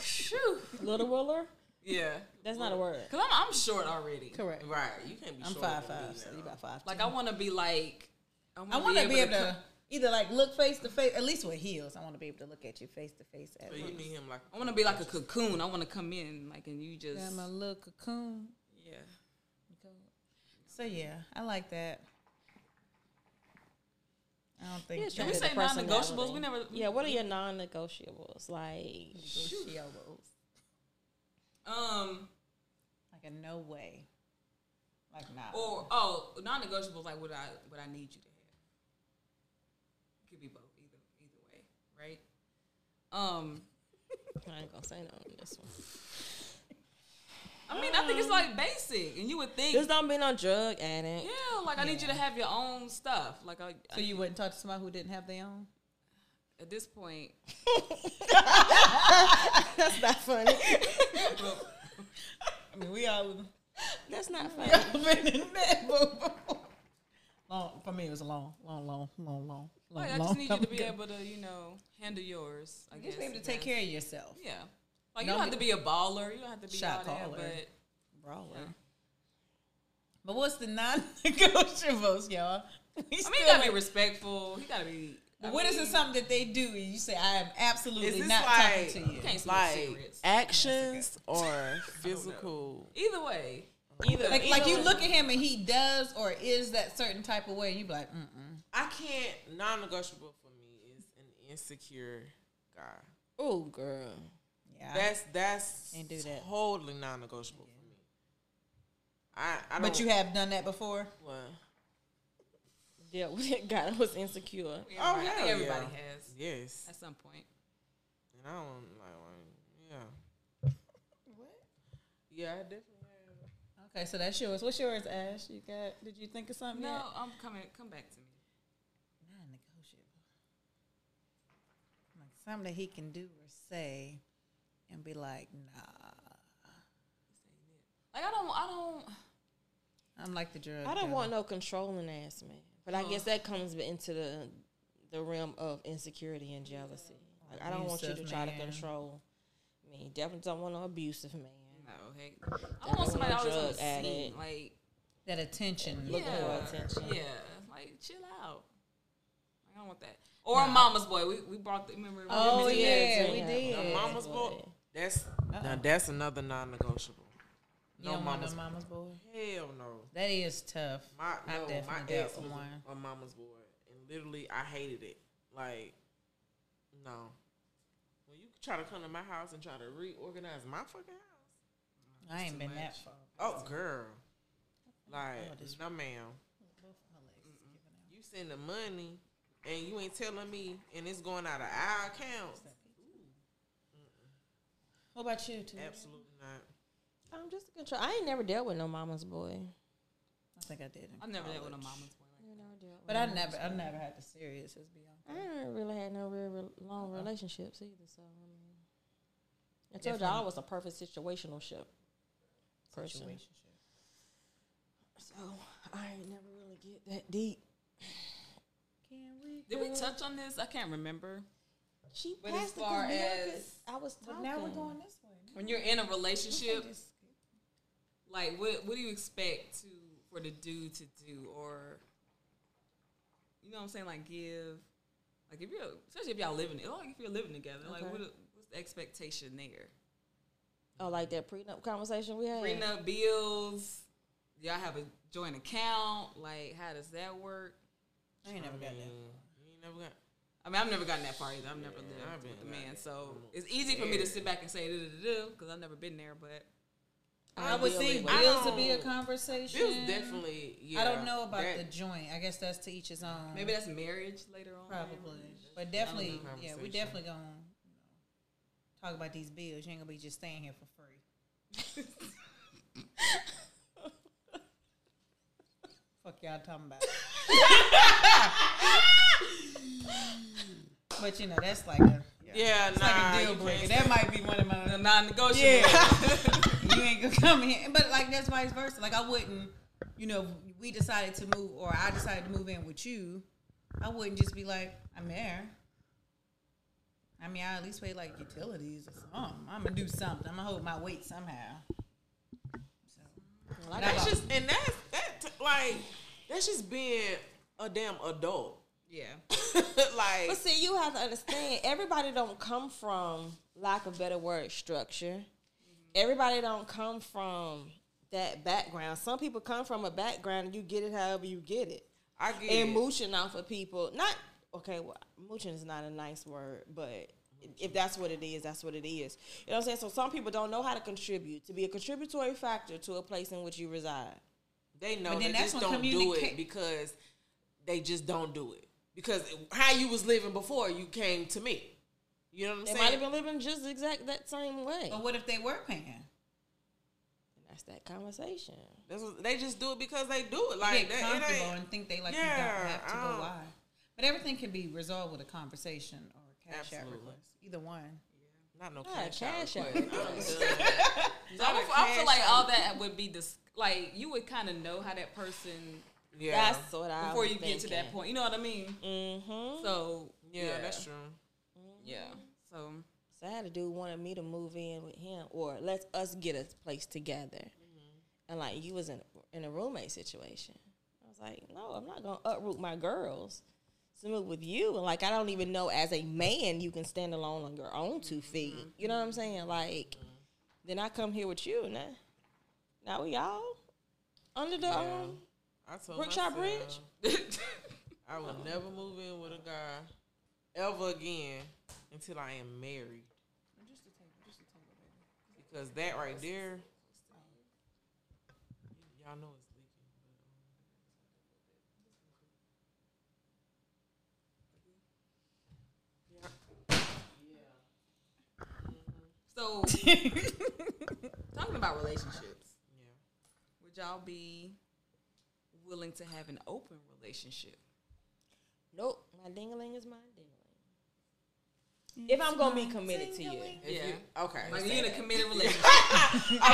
Speaker 3: Shoo.
Speaker 2: Little ruler?
Speaker 4: Yeah,
Speaker 2: That's not a word.
Speaker 3: Cause I'm I'm short already.
Speaker 1: correct.
Speaker 4: right. You can't be.
Speaker 1: I'm
Speaker 4: shorter
Speaker 1: five
Speaker 4: than me
Speaker 1: five, so
Speaker 4: now.
Speaker 1: you about five.
Speaker 3: Like
Speaker 1: ten.
Speaker 3: I want to be like.
Speaker 1: I want to be able to
Speaker 3: co-
Speaker 1: either like look face to face, at least with heels. I want to be able to look at you face to face. At
Speaker 4: So you need him like
Speaker 3: I want to be like a cocoon. I want to come in like and you just.
Speaker 1: I'm a little cocoon.
Speaker 4: yeah.
Speaker 1: So yeah, I like that. I don't think.
Speaker 2: Trying
Speaker 3: we
Speaker 2: to
Speaker 3: say
Speaker 2: the personality.
Speaker 3: non-negotiables? We never-
Speaker 2: Yeah, what are your non-negotiables? Like,
Speaker 1: negotiables.
Speaker 3: um.
Speaker 1: Like a no way. Like not.
Speaker 3: Or oh, non-negotiables like what I what I need you to have. Could be both either either way, right? Um,
Speaker 2: I ain't gonna say no on this one.
Speaker 3: I mean, I think it's like basic, and you would think,
Speaker 2: Just don't be no drug addict.
Speaker 3: yeah, like I need you to have your own stuff. Like I,
Speaker 1: so you wouldn't talk to somebody who didn't have their own?
Speaker 3: at this point,
Speaker 2: That's not funny.
Speaker 1: I mean, we all
Speaker 2: That's not funny.
Speaker 1: been in that before. Long, for me, it was a long, long, long, long, long, long.
Speaker 3: like I
Speaker 1: long
Speaker 3: just need you
Speaker 1: time
Speaker 3: to be
Speaker 1: ago.
Speaker 3: able to, you know, handle yours. I guess
Speaker 1: Just be able to
Speaker 3: and
Speaker 1: take
Speaker 3: that's-
Speaker 1: care of yourself.
Speaker 3: Yeah, like you
Speaker 1: Don't
Speaker 3: don't have
Speaker 1: be-
Speaker 3: to be a baller. You don't have to be
Speaker 1: Shot
Speaker 3: all that,
Speaker 1: caller.
Speaker 3: but
Speaker 1: Brawler.
Speaker 3: Yeah.
Speaker 1: But what's the non-negotiables, y'all? We
Speaker 3: I
Speaker 1: still
Speaker 3: mean, you gotta
Speaker 1: ain't-
Speaker 3: be respectful. You gotta be. I
Speaker 1: But what is
Speaker 3: mean,
Speaker 1: it something that they do and you say, I am absolutely
Speaker 4: this
Speaker 1: not
Speaker 4: like-
Speaker 1: talking to you?
Speaker 3: You can't smoke
Speaker 4: Like
Speaker 3: cigarettes.
Speaker 4: actions or physical.
Speaker 3: Either way,
Speaker 2: Either,
Speaker 1: Like, like
Speaker 2: either
Speaker 1: you
Speaker 2: way.
Speaker 1: look at him and he does or is that certain type of way, and you be like, mm-mm.
Speaker 4: I can't. Non-negotiable for me is an insecure guy.
Speaker 2: Oh, girl.
Speaker 1: Yeah, I-
Speaker 4: That's that's
Speaker 1: Can't do that.
Speaker 4: totally non-negotiable for me. I I don't.
Speaker 1: but you have done that before.
Speaker 4: Well,
Speaker 2: Dealt with it. God, I was insecure.
Speaker 3: everybody- I
Speaker 4: Oh,
Speaker 3: think
Speaker 4: yeah,
Speaker 3: everybody
Speaker 4: yeah.
Speaker 3: has
Speaker 4: yes,
Speaker 3: at some point.
Speaker 4: and I don't like. I- Yeah. What? Yeah, I definitely. have.
Speaker 1: Okay, so that's yours. What's yours, Ash? You got? Did you think of something?
Speaker 3: No,
Speaker 1: yet?
Speaker 3: I'm coming. Come back to me.
Speaker 1: non-negotiable. Like something that he can do or say, and be like, nah.
Speaker 3: Like I don't. I don't.
Speaker 1: I'm like the drug.
Speaker 2: I don't
Speaker 1: dealer.
Speaker 2: want no controlling ass man. But I guess that comes into the the realm of insecurity and jealousy. Like I don't want you to
Speaker 1: Abusive
Speaker 2: try to
Speaker 1: man.
Speaker 2: control me. Definitely don't want no abusive man.
Speaker 3: No, hey. I don't want somebody always on the
Speaker 2: drug addict.
Speaker 3: scene. Like
Speaker 1: that attention.
Speaker 2: Looking
Speaker 3: yeah,
Speaker 2: for attention.
Speaker 3: yeah. Like chill out. Like, I don't want that. Or a mama's boy. We we brought. The, remember?
Speaker 1: Oh,
Speaker 3: remember-
Speaker 1: yeah, we
Speaker 4: Now,
Speaker 1: did. Yeah,
Speaker 4: mama's boy. That's now that's another non-negotiable.
Speaker 1: uh-uh. You
Speaker 4: No
Speaker 1: don't want
Speaker 4: mama's
Speaker 1: no mama's boy.
Speaker 4: Hell no.
Speaker 1: That is tough.
Speaker 4: My
Speaker 1: I
Speaker 4: no, my
Speaker 1: definitely
Speaker 4: ex
Speaker 1: dealt with
Speaker 4: was a-
Speaker 1: one.
Speaker 4: a mama's boy, and literally I hated it. Like, no. When you try to come to my house and try to reorganize my fucking house,
Speaker 1: I ain't
Speaker 3: too
Speaker 1: been that
Speaker 3: much.
Speaker 1: far.
Speaker 4: oh girl, like
Speaker 1: Oh, this-
Speaker 4: no ma'am,
Speaker 1: Both my legs is giving out.
Speaker 4: you send the money and you ain't telling me, and it's going out of our accounts.
Speaker 1: What about you, too?
Speaker 4: Absolutely not.
Speaker 2: I'm just a control. I ain't never dealt with no mama's boy.
Speaker 1: I think I did. in
Speaker 3: I've never dealt with a
Speaker 1: college.
Speaker 3: mama's boy. Like,
Speaker 2: You know, I dealt
Speaker 1: But
Speaker 2: with
Speaker 1: I
Speaker 2: no-
Speaker 1: never, I never had the serious. It's beyond.
Speaker 2: I ain't really had no real, real long relationships either. So I mean, I told y'all I was a perfect situational ship person. So I ain't never really get that deep.
Speaker 1: Can we?
Speaker 3: that. Did we touch on this? I can't remember.
Speaker 2: She
Speaker 3: But as
Speaker 2: passed it 'cause
Speaker 3: far
Speaker 2: Bianca-
Speaker 3: as-
Speaker 2: I was
Speaker 1: Well,
Speaker 2: talking.
Speaker 1: now we're going this way.
Speaker 3: When you're in a
Speaker 1: We can't
Speaker 3: relationship,
Speaker 1: just skip.
Speaker 3: like what what do you expect to for the dude to do or you know what I'm saying like give like if you're especially if y'all living like if you're living together like
Speaker 2: Okay.
Speaker 3: what, what's the expectation there
Speaker 2: Oh, like that prenup conversation we had.
Speaker 3: prenup bills y'all have a joint account like how does that work
Speaker 1: I ain't never got
Speaker 4: Mm,
Speaker 1: that.
Speaker 4: You ain't never got.
Speaker 3: I mean I've never gotten that far either I've never
Speaker 4: I've
Speaker 3: lived
Speaker 4: been
Speaker 3: with a
Speaker 4: like
Speaker 3: man
Speaker 4: that.
Speaker 3: so it's easy for me to sit back and say because I've never been there but
Speaker 1: I would
Speaker 2: deal
Speaker 1: think
Speaker 2: with it.
Speaker 1: bills would be a
Speaker 4: don't-
Speaker 1: conversation.
Speaker 4: Bills definitely. Yeah,
Speaker 1: I don't know about
Speaker 4: that-
Speaker 1: the joint. I guess that's to each his own.
Speaker 3: Maybe that's marriage later on.
Speaker 1: probably, but definitely,
Speaker 4: know.
Speaker 1: yeah, we
Speaker 4: Conversation.
Speaker 1: definitely gonna you know, talk about these bills. You ain't gonna be just staying here for free. Fuck y'all talking about. but you know that's like a,
Speaker 4: Yeah,
Speaker 1: it's
Speaker 4: nah,
Speaker 1: like a deal
Speaker 4: you can't
Speaker 1: breaker.
Speaker 4: say-
Speaker 1: That might be one of my
Speaker 3: Non-negotiable.
Speaker 1: you ain't gonna come in. But like that's vice versa. Like I wouldn't, you know, we decided to move or I decided to move in with you. I wouldn't just be like, I'm there. I mean, I at least pay like utilities or something. I'm gonna do something. I'm gonna hold my weight somehow. So,
Speaker 4: That's just and that's that t- like that's just being a damn adult.
Speaker 3: Yeah.
Speaker 4: like
Speaker 2: But see, you have to understand. Everybody don't come from lack of better word structure. Everybody don't come from that background. Some people come from a background and you get it however you get it.
Speaker 4: I get
Speaker 2: And
Speaker 4: it.
Speaker 2: mooching off of people, not okay. Well, mooching is not a nice word, but if that's what it is, that's what it is. You know what I'm saying? So some people don't know how to contribute to be a contributory factor to a place in which you reside.
Speaker 4: They know
Speaker 1: But then
Speaker 4: they
Speaker 1: that's
Speaker 4: just
Speaker 1: when
Speaker 4: don't do
Speaker 1: communica-
Speaker 4: it because they just don't do it because how you was living before you came to me. You know what I'm
Speaker 2: They might
Speaker 4: saying?
Speaker 2: have been living just exact that same way.
Speaker 3: Oh.
Speaker 1: but what if they were paying?
Speaker 2: That's that conversation.
Speaker 4: That's what- they just do it because they do
Speaker 1: Like,
Speaker 4: it. Like
Speaker 1: get
Speaker 4: that, it
Speaker 1: comfortable
Speaker 4: ain't.
Speaker 1: and think they like
Speaker 4: Yeah, uh-huh.
Speaker 1: you don't have to
Speaker 4: I
Speaker 1: go
Speaker 4: don't-
Speaker 1: live. But everything can be resolved with a conversation or a cash out
Speaker 4: Absolutely.
Speaker 1: request. Either one.
Speaker 4: Not no
Speaker 2: Not a
Speaker 4: cash,
Speaker 2: cash
Speaker 4: out.
Speaker 2: out
Speaker 4: request. I'm done.
Speaker 3: So I, would- I feel like all that would be dis- like you would kind of know how that person
Speaker 4: Yeah,
Speaker 2: That's what I
Speaker 3: before
Speaker 2: was
Speaker 3: you get to that
Speaker 2: thinking.
Speaker 3: point. You know what I mean?
Speaker 2: Mm-hmm.
Speaker 3: So
Speaker 4: yeah, that's true.
Speaker 3: Yeah. So
Speaker 2: Sad a dude wanted me to move in with him, or let us get a place together. And like you was in in a roommate situation. I was like, no, I'm not gonna uproot my girls to move with you. And like I don't even know as a man you can stand alone on your own two feet. You know what I'm saying? Like then I come here with you and that now we all under the um
Speaker 4: I told
Speaker 2: Brookshire
Speaker 4: myself,
Speaker 2: Bridge?
Speaker 4: I will never move in with a guy ever again until I am married. Because that right there, y'all know it's leaking. um,
Speaker 3: so talking about relationships,
Speaker 4: Yeah.
Speaker 3: would y'all be willing to have an open relationship?
Speaker 2: Nope, my dingling is my dingling. If I'm gonna be committed to you.
Speaker 4: If you- okay.
Speaker 3: Like you're in a committed relationship.
Speaker 2: Say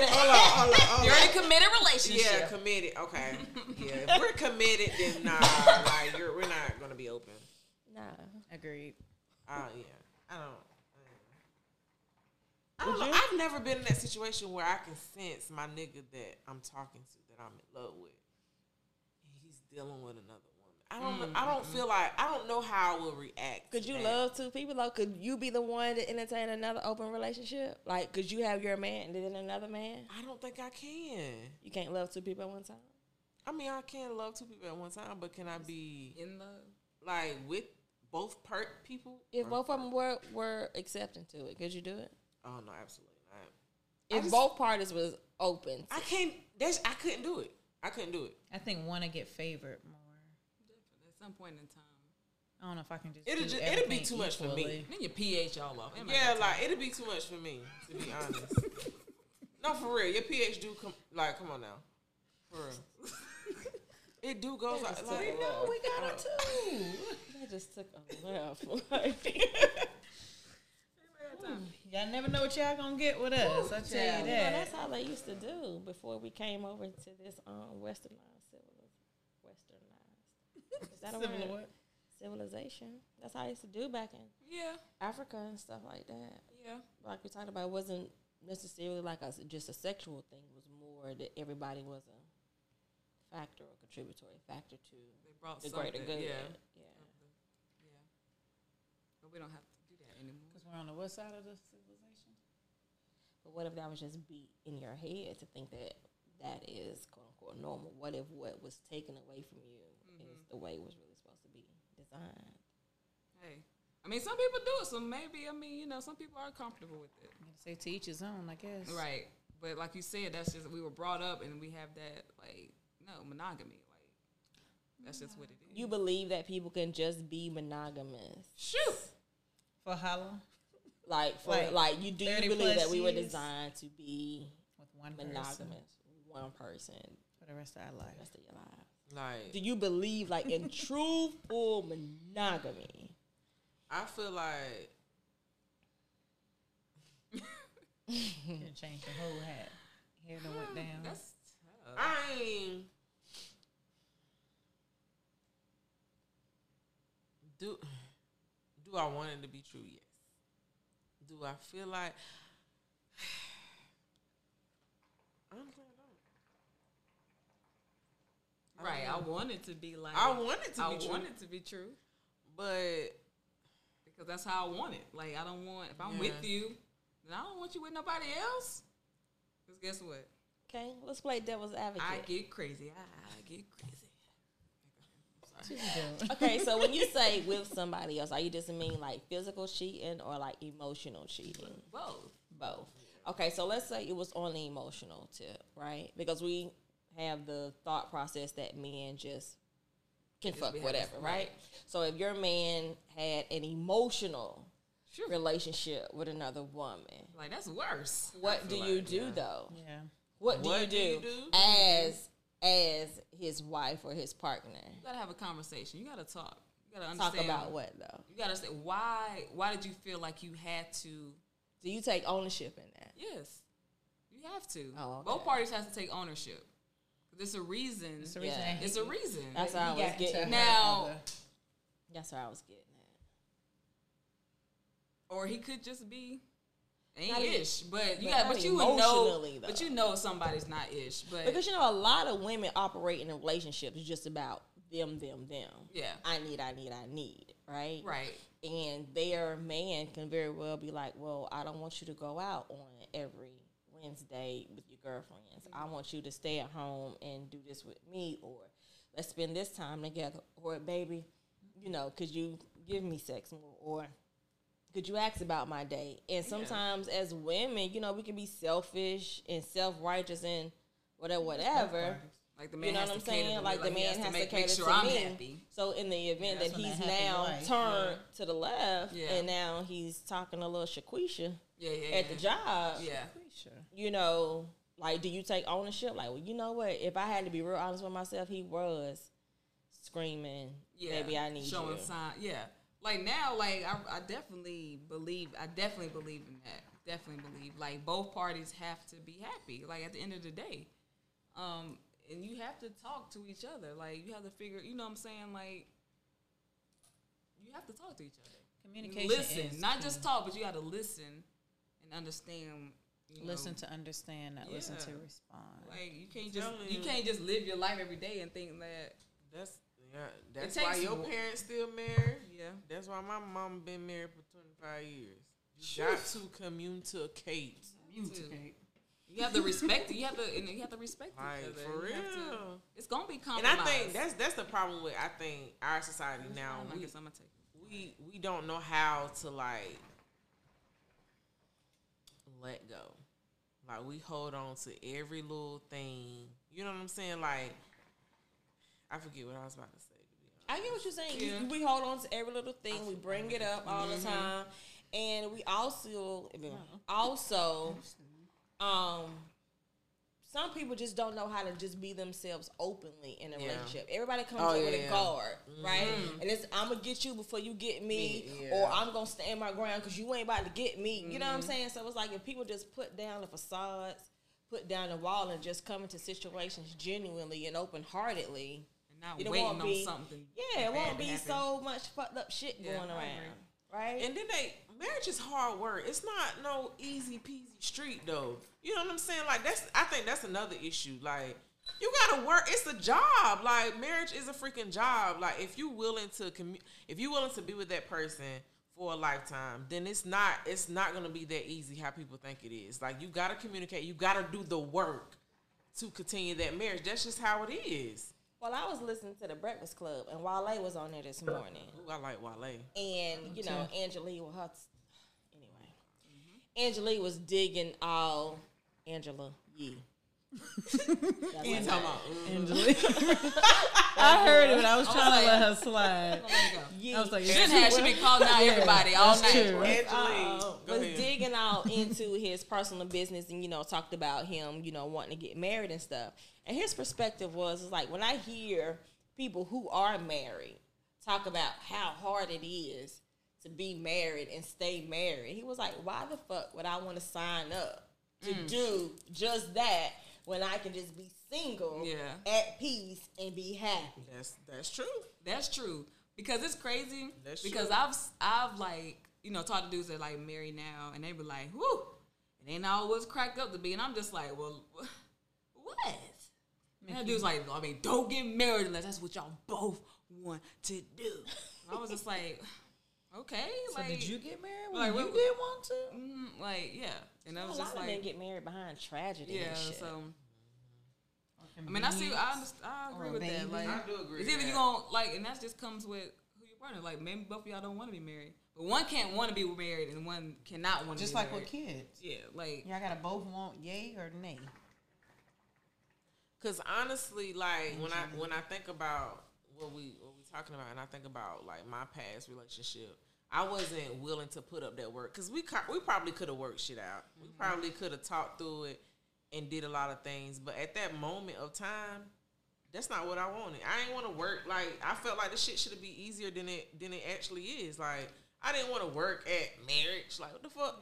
Speaker 2: that. Hold on.
Speaker 3: You're in a committed relationship.
Speaker 4: Yeah, committed. Okay. Yeah, if we're committed, then nah, like you're, we're not gonna be open.
Speaker 2: Nah.
Speaker 1: Agreed.
Speaker 4: Oh yeah, I don't. I don't know. I've never been in that situation where I can sense my nigga that I'm talking to, that I'm in love with, and he's dealing with another woman. I don't. know- I don't feel like I don't know how I will react.
Speaker 2: Could
Speaker 4: to
Speaker 2: you
Speaker 4: that.
Speaker 2: love two people though? Could you be the one to entertain another open relationship? Like, could you have your man and then another man?
Speaker 4: I don't think I can.
Speaker 2: You can't love two people at one time.
Speaker 4: I mean, I can love two people at one time, but can I be
Speaker 3: In love.
Speaker 4: like with both per people?
Speaker 2: If
Speaker 4: Or-
Speaker 2: both of them were were accepting to it, could you do it?
Speaker 4: Oh no, absolutely not.
Speaker 2: If
Speaker 4: just-
Speaker 2: both parties was open,
Speaker 4: I can't. That's I couldn't do it. I couldn't do it.
Speaker 1: I think want to get favored more.
Speaker 3: At some point in time.
Speaker 1: I don't know if I can just.
Speaker 4: It'll
Speaker 1: do
Speaker 4: ju- it'll be
Speaker 1: everything
Speaker 4: too much for me.
Speaker 1: equally.
Speaker 3: Then you pH all off.
Speaker 2: Oh
Speaker 3: Ain't nobody
Speaker 4: Yeah,
Speaker 3: got time.
Speaker 4: like it'd be too much for me to be honest. no, for real. Your pH do come. Like, come on now. For real. it do goes like. like
Speaker 2: I know, we
Speaker 4: got it too.
Speaker 2: that just took a left.
Speaker 1: Y'all never know what y'all gonna get with us. I tell
Speaker 2: yeah,
Speaker 1: you that.
Speaker 2: that's how they used to do before we came over to this um westernized civilization. Westernized. Is that a
Speaker 1: Similar
Speaker 2: word?
Speaker 1: what?
Speaker 2: Civilization. That's how I used to do back in
Speaker 3: Yeah.
Speaker 2: Africa and stuff like that.
Speaker 3: Yeah.
Speaker 2: Like we talked about, it wasn't necessarily like a, s- just a sexual thing. It was more that everybody was a factor or contributory factor to
Speaker 3: They brought
Speaker 2: the
Speaker 3: something.
Speaker 2: greater good.
Speaker 3: Yeah.
Speaker 2: yeah.
Speaker 3: Yeah. But we don't have to do that anymore.
Speaker 1: Because we're on the west side of the civilization.
Speaker 2: But what if that was just beat in your head to think that that is quote unquote normal? What if what was
Speaker 1: Mm-hmm.
Speaker 2: taken away from you is the way it was really supposed to be designed?
Speaker 3: Hey, I mean, some people do it, so maybe I mean, you know, some people are comfortable with it.
Speaker 1: I'm gonna say to each his own, I guess.
Speaker 3: Right. But like you said, that's just we were brought up and we have that like no monogamy. Like that's just what it is.
Speaker 2: You believe that people can just be monogamous.
Speaker 3: Shoot.
Speaker 1: For how long?
Speaker 2: Like for like,
Speaker 1: Like,
Speaker 2: you do you
Speaker 1: 30
Speaker 2: believe that
Speaker 1: plus
Speaker 2: we were
Speaker 1: years?
Speaker 2: designed to be
Speaker 1: With one
Speaker 2: monogamous?
Speaker 1: person
Speaker 2: One person
Speaker 1: for the rest of our
Speaker 2: the
Speaker 1: life.
Speaker 2: rest of your life.
Speaker 4: Like
Speaker 2: Do you believe like in truthful monogamy?
Speaker 4: I feel like
Speaker 1: You can change the whole hat. Hair done went down.
Speaker 3: That's tough.
Speaker 4: I ain't do do I want it to be true? Yes. Do I feel like Honestly, I don't.
Speaker 3: Right. I
Speaker 4: don't know.
Speaker 3: want it to be like
Speaker 4: I want it to
Speaker 3: Mm-hmm. I
Speaker 4: be true,
Speaker 3: want it to be true.
Speaker 4: but
Speaker 3: Because that's how I want it. Like I don't want if I'm
Speaker 4: Yeah.
Speaker 3: with you, then I don't want you with nobody else. Cause guess what?
Speaker 2: Okay, let's play devil's advocate.
Speaker 3: I get crazy. I, I get crazy.
Speaker 2: okay, so when you say with somebody else, are you just mean like physical cheating or like emotional cheating?
Speaker 3: Both.
Speaker 2: Both. Okay, so let's say it was on the emotional tip, right? Because we have the thought process that men just can
Speaker 3: Just
Speaker 2: fuck
Speaker 3: be having-
Speaker 2: whatever, right? So if your man had an emotional
Speaker 3: Sure.
Speaker 2: relationship with another woman,
Speaker 3: Like that's worse.
Speaker 2: what do
Speaker 4: feel
Speaker 2: you
Speaker 4: like,
Speaker 2: do
Speaker 4: yeah.
Speaker 2: though?
Speaker 1: yeah.
Speaker 2: What do you
Speaker 4: What
Speaker 2: do,
Speaker 4: do you do?
Speaker 2: as as his wife or his partner?
Speaker 3: You gotta have a conversation. You gotta talk. You gotta
Speaker 2: Talk
Speaker 3: understand.
Speaker 2: about what though?
Speaker 3: You gotta say why. Why did you feel like you had to?
Speaker 2: Do you take ownership in that?
Speaker 3: Yes, you have to.
Speaker 2: Oh, okay.
Speaker 3: Both parties has to take ownership. There's a reason. It's
Speaker 1: It's
Speaker 3: a
Speaker 1: the
Speaker 3: reason.
Speaker 1: reason I
Speaker 2: Yeah.
Speaker 1: hate you.
Speaker 2: That's what I
Speaker 1: We
Speaker 2: was
Speaker 1: got into
Speaker 2: getting.
Speaker 1: her
Speaker 2: At.
Speaker 3: Now-
Speaker 1: other-
Speaker 2: That's what I was getting at.
Speaker 3: Or he could just be. Ain't
Speaker 2: Not even-
Speaker 3: ish, but you
Speaker 2: but
Speaker 3: got,
Speaker 2: not
Speaker 3: but you would know,
Speaker 2: emotionally, though.
Speaker 3: but you know somebody's not ish, but
Speaker 2: Because you know, a lot of women operate in relationships just about them, them, them.
Speaker 3: yeah,
Speaker 2: I need, I need, I need. Right.
Speaker 3: right,
Speaker 2: And their man can very well be like, "Well, I don't want you to go out on every Wednesday with your girlfriends. I want you to stay at home and do this with me, or let's spend this time together, or baby, you know, could you give me sex more, or could you ask about my day? And sometimes as women, you know, we can be selfish and self righteous and whatever, whatever.
Speaker 3: like the man
Speaker 2: You know
Speaker 3: has
Speaker 2: what I'm
Speaker 3: to cater
Speaker 2: saying?
Speaker 3: me,
Speaker 2: Like the man
Speaker 3: he
Speaker 2: has to
Speaker 3: make, make
Speaker 2: cater
Speaker 3: sure
Speaker 2: to
Speaker 3: I'm
Speaker 2: me.
Speaker 3: happy.
Speaker 2: So in the
Speaker 1: Yeah,
Speaker 2: event that
Speaker 1: that's when
Speaker 2: he's
Speaker 1: that happy
Speaker 2: now
Speaker 1: wife,
Speaker 2: turned to the left,
Speaker 3: Yeah.
Speaker 2: and now he's talking a little shaquisha
Speaker 3: Yeah, yeah,
Speaker 2: at the
Speaker 3: yeah.
Speaker 2: job.
Speaker 3: yeah.
Speaker 1: Pretty sure.
Speaker 2: You know, like, do you take ownership? Like, well, you know what? If I had to be real honest with myself, he was screaming, "Maybe I need
Speaker 3: showing
Speaker 2: you."
Speaker 3: sign. Yeah, like now, like I, I definitely believe. I definitely believe in that. Definitely believe. Like both parties have to be happy. Like at the end of the day, um, and you have to talk to each other. Like you have to figure. You know what I'm saying? Like you have to talk to each other.
Speaker 1: Communication.
Speaker 3: listen,
Speaker 1: is
Speaker 3: not just talk, but you got to listen and understand. You
Speaker 1: listen
Speaker 3: know,
Speaker 1: to understand, not listen
Speaker 3: Yeah.
Speaker 1: to respond.
Speaker 3: Like you can't just
Speaker 4: Telling
Speaker 3: you
Speaker 4: you.
Speaker 3: can't just live your life every day and think that
Speaker 4: that's yeah, that's
Speaker 3: takes
Speaker 4: why your
Speaker 3: more-
Speaker 4: parents still married.
Speaker 3: yeah
Speaker 4: That's why my mom been married for twenty five years. You got to communicate.
Speaker 3: Communicate. You have to respect it. You have to, and you have to respect each
Speaker 4: Like
Speaker 3: other.
Speaker 4: for
Speaker 3: You have to-
Speaker 4: real.
Speaker 3: it's gonna be
Speaker 4: And
Speaker 3: compromise.
Speaker 4: I think that's that's the problem with I think our society now.
Speaker 3: I
Speaker 4: We,
Speaker 3: guess I'm gonna take it.
Speaker 4: we we don't know how to like let go. Like we hold on to every little thing. You know what I'm saying? Like I forget what I was about to say. to be honest.
Speaker 2: I get what you're saying. You-
Speaker 3: Yeah.
Speaker 2: You, we hold on to every little thing. We bring it up all
Speaker 4: Mm-hmm.
Speaker 2: the time, and we also
Speaker 4: Uh-huh.
Speaker 2: also um. Some people just don't know how to just be themselves openly in a
Speaker 4: Yeah.
Speaker 2: relationship. Everybody comes
Speaker 4: Oh,
Speaker 2: in with a
Speaker 4: yeah. Mm-hmm.
Speaker 2: guard, right? And it's I'm gonna get you before you get me,
Speaker 4: Me,
Speaker 2: or
Speaker 4: yeah. Mm-hmm.
Speaker 2: I'm gonna stand my ground because you ain't about to get me. You know what I'm saying? So it's like if people just put down the facades, put down the wall, and just come into situations genuinely and open heartedly,
Speaker 3: And not
Speaker 2: You don't
Speaker 3: waiting
Speaker 2: wanna
Speaker 3: on
Speaker 2: be-
Speaker 3: something.
Speaker 2: yeah, it
Speaker 3: bad
Speaker 2: won't
Speaker 3: to
Speaker 2: be
Speaker 3: happen.
Speaker 2: so much fucked up shit
Speaker 3: Yeah,
Speaker 2: going
Speaker 3: I
Speaker 2: around, right?
Speaker 4: And then they marriage is hard work. It's not no easy peasy street though. You know what I'm saying? Like that's I think that's another issue. Like you gotta work. It's a job. Like marriage is a freaking job. Like if you willing to commu- if you willing to be with that person for a lifetime, then it's not it's not gonna be that easy how people think it is. Like you gotta communicate. You gotta do the work to continue that marriage. That's just how it is.
Speaker 2: Well, I was listening to the Breakfast Club, and Wale was on there this morning,
Speaker 4: Ooh, I like Wale.
Speaker 2: and you know, Angelique well, her, anyway, Angelique was digging all Angela Yee.
Speaker 4: He ain't talking about. mm,
Speaker 1: I heard it, but I was
Speaker 3: I was
Speaker 1: trying to
Speaker 3: like-
Speaker 1: let her slide.
Speaker 3: There you go.
Speaker 2: Yee.
Speaker 1: I was like,
Speaker 3: Shouldn't have. Should be calling out everybody all
Speaker 1: that's
Speaker 3: night.
Speaker 1: true.
Speaker 4: Angelique,
Speaker 2: uh,
Speaker 4: go
Speaker 2: was
Speaker 4: ahead.
Speaker 2: digging out into his personal business and you know talked about him you know wanting to get married and stuff and his perspective was is like when i hear people who are married talk about how hard it is to be married and stay married he was like why the fuck would i want to sign up to
Speaker 3: Mm.
Speaker 2: do just that when i can just be single
Speaker 3: Yeah.
Speaker 2: at peace and be happy
Speaker 4: That's that's true.
Speaker 3: That's true because it's crazy.
Speaker 4: That's
Speaker 3: because
Speaker 4: true.
Speaker 3: I've I've like you know talked to dudes that like married now, and they be like, "Whoo, it ain't always cracked up to be," and I'm just like, "Well, what?" And that dude's like, "I mean, don't get married unless that's what y'all both want to do." And I was just like, "Okay,
Speaker 1: So
Speaker 3: like,
Speaker 1: did you get married? When
Speaker 3: like,
Speaker 1: you
Speaker 3: what-
Speaker 1: didn't want to.
Speaker 3: mm, like, yeah," and I
Speaker 2: a
Speaker 3: was
Speaker 2: lot
Speaker 3: just
Speaker 2: of men
Speaker 3: like,
Speaker 2: get married behind tragedy
Speaker 3: "Yeah."
Speaker 2: and shit.
Speaker 3: So I mean, I see, I understand, I
Speaker 2: Oh,
Speaker 3: agree
Speaker 1: Or a
Speaker 3: with that.
Speaker 1: baby.
Speaker 3: Like,
Speaker 4: I do agree
Speaker 3: It's
Speaker 4: with
Speaker 3: either you
Speaker 4: that.
Speaker 3: gonna like, and that just comes with who you're running. Like, maybe both of y'all don't want to be married, but one can't want to be married and one cannot want to.
Speaker 5: Just
Speaker 3: be
Speaker 5: like
Speaker 3: married.
Speaker 5: with kids.
Speaker 3: yeah, like
Speaker 5: Y'all gotta both want yay or nay.
Speaker 4: Cause honestly, like when I when I think about what we what we talking about, and I think about like my past relationship, I wasn't willing to put up that work. Cause we co- we probably could have worked shit out. We probably could have talked through it and did a lot of things. But at that moment of time, that's not what I wanted. I didn't want to work. Like I felt like the shit should have been easier than it than it actually is. Like I didn't want to work at marriage. Like what the fuck?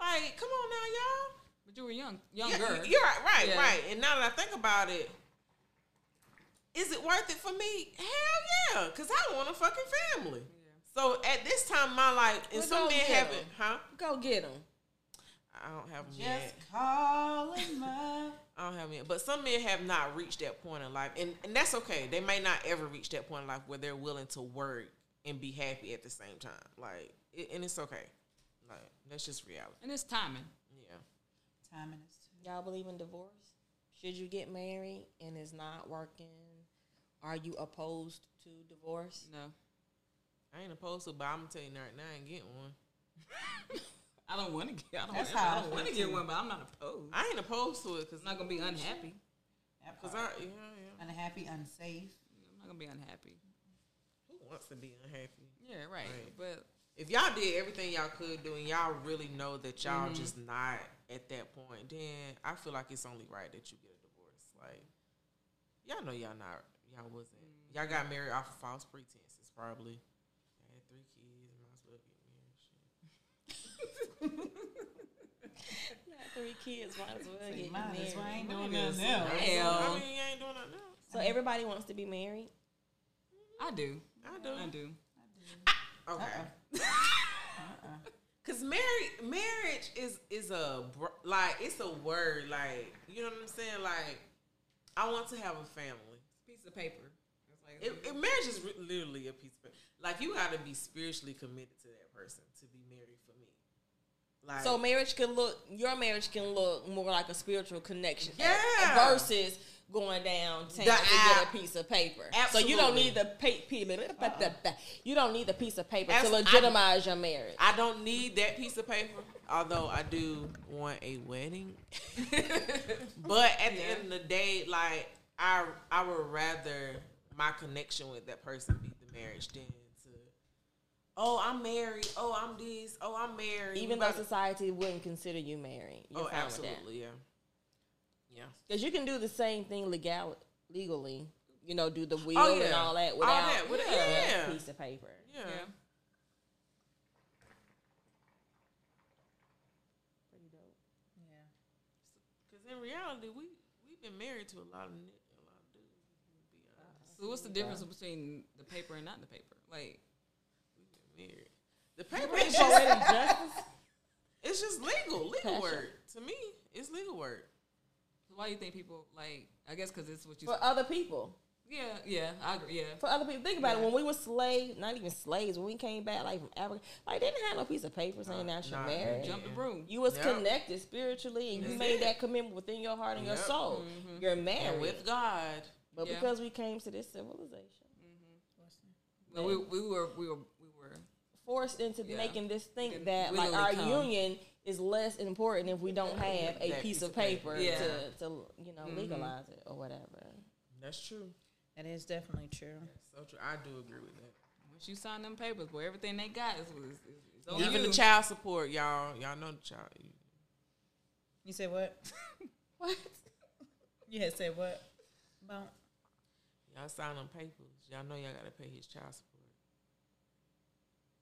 Speaker 4: Like come on now, y'all.
Speaker 3: But you were young,
Speaker 4: Yeah,
Speaker 3: younger.
Speaker 4: You're right, right,
Speaker 3: Yeah.
Speaker 4: right. And now that I think about it, is it worth it for me? Hell yeah, because I want a fucking family. So at this time in my life, and
Speaker 2: Well,
Speaker 4: some
Speaker 2: go
Speaker 4: men
Speaker 2: get
Speaker 4: have
Speaker 2: 'em.
Speaker 4: it, huh?
Speaker 2: go get them
Speaker 4: I don't have them
Speaker 5: Just
Speaker 4: yet.
Speaker 5: calling my
Speaker 4: I don't have them yet. But some men have not reached that point in life, and, and that's okay. They may not ever reach that point in life where they're willing to work and be happy at the same time. Like, it, and it's okay. Like, that's just reality.
Speaker 3: and it's timing.
Speaker 4: Yeah.
Speaker 5: timing is too.
Speaker 2: Y'all believe in divorce? Should you get married and it's not working? Are you opposed to divorce?
Speaker 3: No,
Speaker 4: I ain't opposed to, but I'm gonna tell you right now, I ain't getting one.
Speaker 3: I don't want to get. I don't,
Speaker 5: That's
Speaker 3: wanna-
Speaker 5: how
Speaker 3: I
Speaker 5: I
Speaker 3: don't want to
Speaker 5: feel,
Speaker 3: get
Speaker 5: too.
Speaker 3: one, but I'm not opposed.
Speaker 4: I ain't opposed to it because
Speaker 3: I'm not gonna be unhappy.
Speaker 5: That
Speaker 4: Cause I,
Speaker 5: part.
Speaker 4: yeah, yeah.
Speaker 5: unhappy, unsafe.
Speaker 3: I'm not gonna be unhappy.
Speaker 4: Who wants to be unhappy?
Speaker 3: Yeah, right.
Speaker 4: Right.
Speaker 3: But
Speaker 4: If y'all did everything y'all could do, and y'all really know that y'all
Speaker 3: Mm-hmm.
Speaker 4: just not at that point, then I feel like it's only right that you get a divorce. Like, y'all know y'all not, y'all wasn't, y'all
Speaker 3: Mm-hmm.
Speaker 4: got married off of false pretenses, probably. Y'all had three kids, might as well get married. Shit.
Speaker 2: You got three kids, might as well get
Speaker 5: Mine is why I
Speaker 2: married.
Speaker 5: ain't doing nothing else.
Speaker 4: I
Speaker 3: hell,
Speaker 4: mean, you ain't doing nothing else.
Speaker 2: So everybody wants to be married.
Speaker 3: I do.
Speaker 4: I do.
Speaker 3: I do.
Speaker 4: Okay.
Speaker 3: Uh-uh.
Speaker 4: Cause marriage, marriage is is a br- like it's a word like you know what I'm saying like I want to have a family.
Speaker 3: Piece of paper. It's like,
Speaker 4: It, it- marriage is re- literally a piece of paper. like you got to be spiritually committed to that person to be married for me. Like
Speaker 2: So marriage can look, your marriage can look more like a spiritual connection,
Speaker 4: Yeah.
Speaker 2: versus going downtown
Speaker 4: The
Speaker 2: to get
Speaker 4: app.
Speaker 2: a piece of paper. So you don't
Speaker 4: Absolutely.
Speaker 2: need the pa- pe- you don't need the piece of paper to
Speaker 4: Abs- I-
Speaker 2: legitimize your marriage.
Speaker 4: I don't need that piece of paper, although I do want a wedding. but at the end of the day, like I, I would rather my connection with that person be the marriage than to, oh, I'm married. Oh, I'm this. Oh, I'm married.
Speaker 2: Even
Speaker 4: We
Speaker 2: though
Speaker 4: about to-"
Speaker 2: society wouldn't consider you married. You're
Speaker 4: oh,
Speaker 2: fine with that.
Speaker 4: absolutely, yeah, yeah.
Speaker 2: Because you can do the same thing legal legally, you know, do the will and
Speaker 4: Oh, yeah.
Speaker 2: all that
Speaker 4: All
Speaker 2: without
Speaker 4: that, with-
Speaker 2: a
Speaker 4: yeah.
Speaker 2: piece of paper.
Speaker 4: Yeah.
Speaker 3: yeah.
Speaker 4: Cause in reality, we we've been married to a lot of ni- a lot of dudes. to be honest.
Speaker 2: Uh-huh.
Speaker 3: So what's the difference between the paper and not the paper? Like,
Speaker 4: We've been married. The paper is just
Speaker 2: Already justice?
Speaker 4: it's just legal,
Speaker 2: Passion.
Speaker 4: legal work to me. It's legal work.
Speaker 3: why do you think people like? I guess because it's what you.
Speaker 2: for other people.
Speaker 3: yeah, yeah, I agree. Yeah,
Speaker 2: For other people, think about it. When we were slaves, not even slaves, when we came back, like from Africa, like they didn't have no piece of paper saying that you're
Speaker 4: nah,
Speaker 2: married.
Speaker 3: jump the
Speaker 4: Yeah.
Speaker 3: broom.
Speaker 2: You was
Speaker 4: Yep.
Speaker 2: connected spiritually, and you
Speaker 4: That's
Speaker 2: made
Speaker 4: it.
Speaker 3: Mm-hmm.
Speaker 2: that commitment within your heart and your
Speaker 4: Yep.
Speaker 2: soul. You're
Speaker 4: Mm-hmm. And
Speaker 2: married,
Speaker 4: with God,
Speaker 2: But
Speaker 3: Yeah.
Speaker 2: because we came to this civilization,
Speaker 3: Well, we, we were we were we were
Speaker 2: forced into
Speaker 3: Yeah.
Speaker 2: making this think
Speaker 3: Didn't
Speaker 2: that like
Speaker 3: willingly
Speaker 2: our
Speaker 3: come.
Speaker 2: union is less important if we don't have a
Speaker 4: That
Speaker 2: piece of paper
Speaker 3: Yeah.
Speaker 2: to, to you know legalize it or whatever.
Speaker 4: That's true.
Speaker 1: That is definitely true.
Speaker 4: So true. I do agree with that.
Speaker 3: once you sign them papers, boy, everything they got is was is, is on
Speaker 4: Even
Speaker 3: you.
Speaker 4: the child support, y'all. Y'all know the child.
Speaker 1: You said what?
Speaker 2: What?
Speaker 1: You had said what? About
Speaker 4: Y'all sign them papers. Y'all know y'all gotta pay his child support.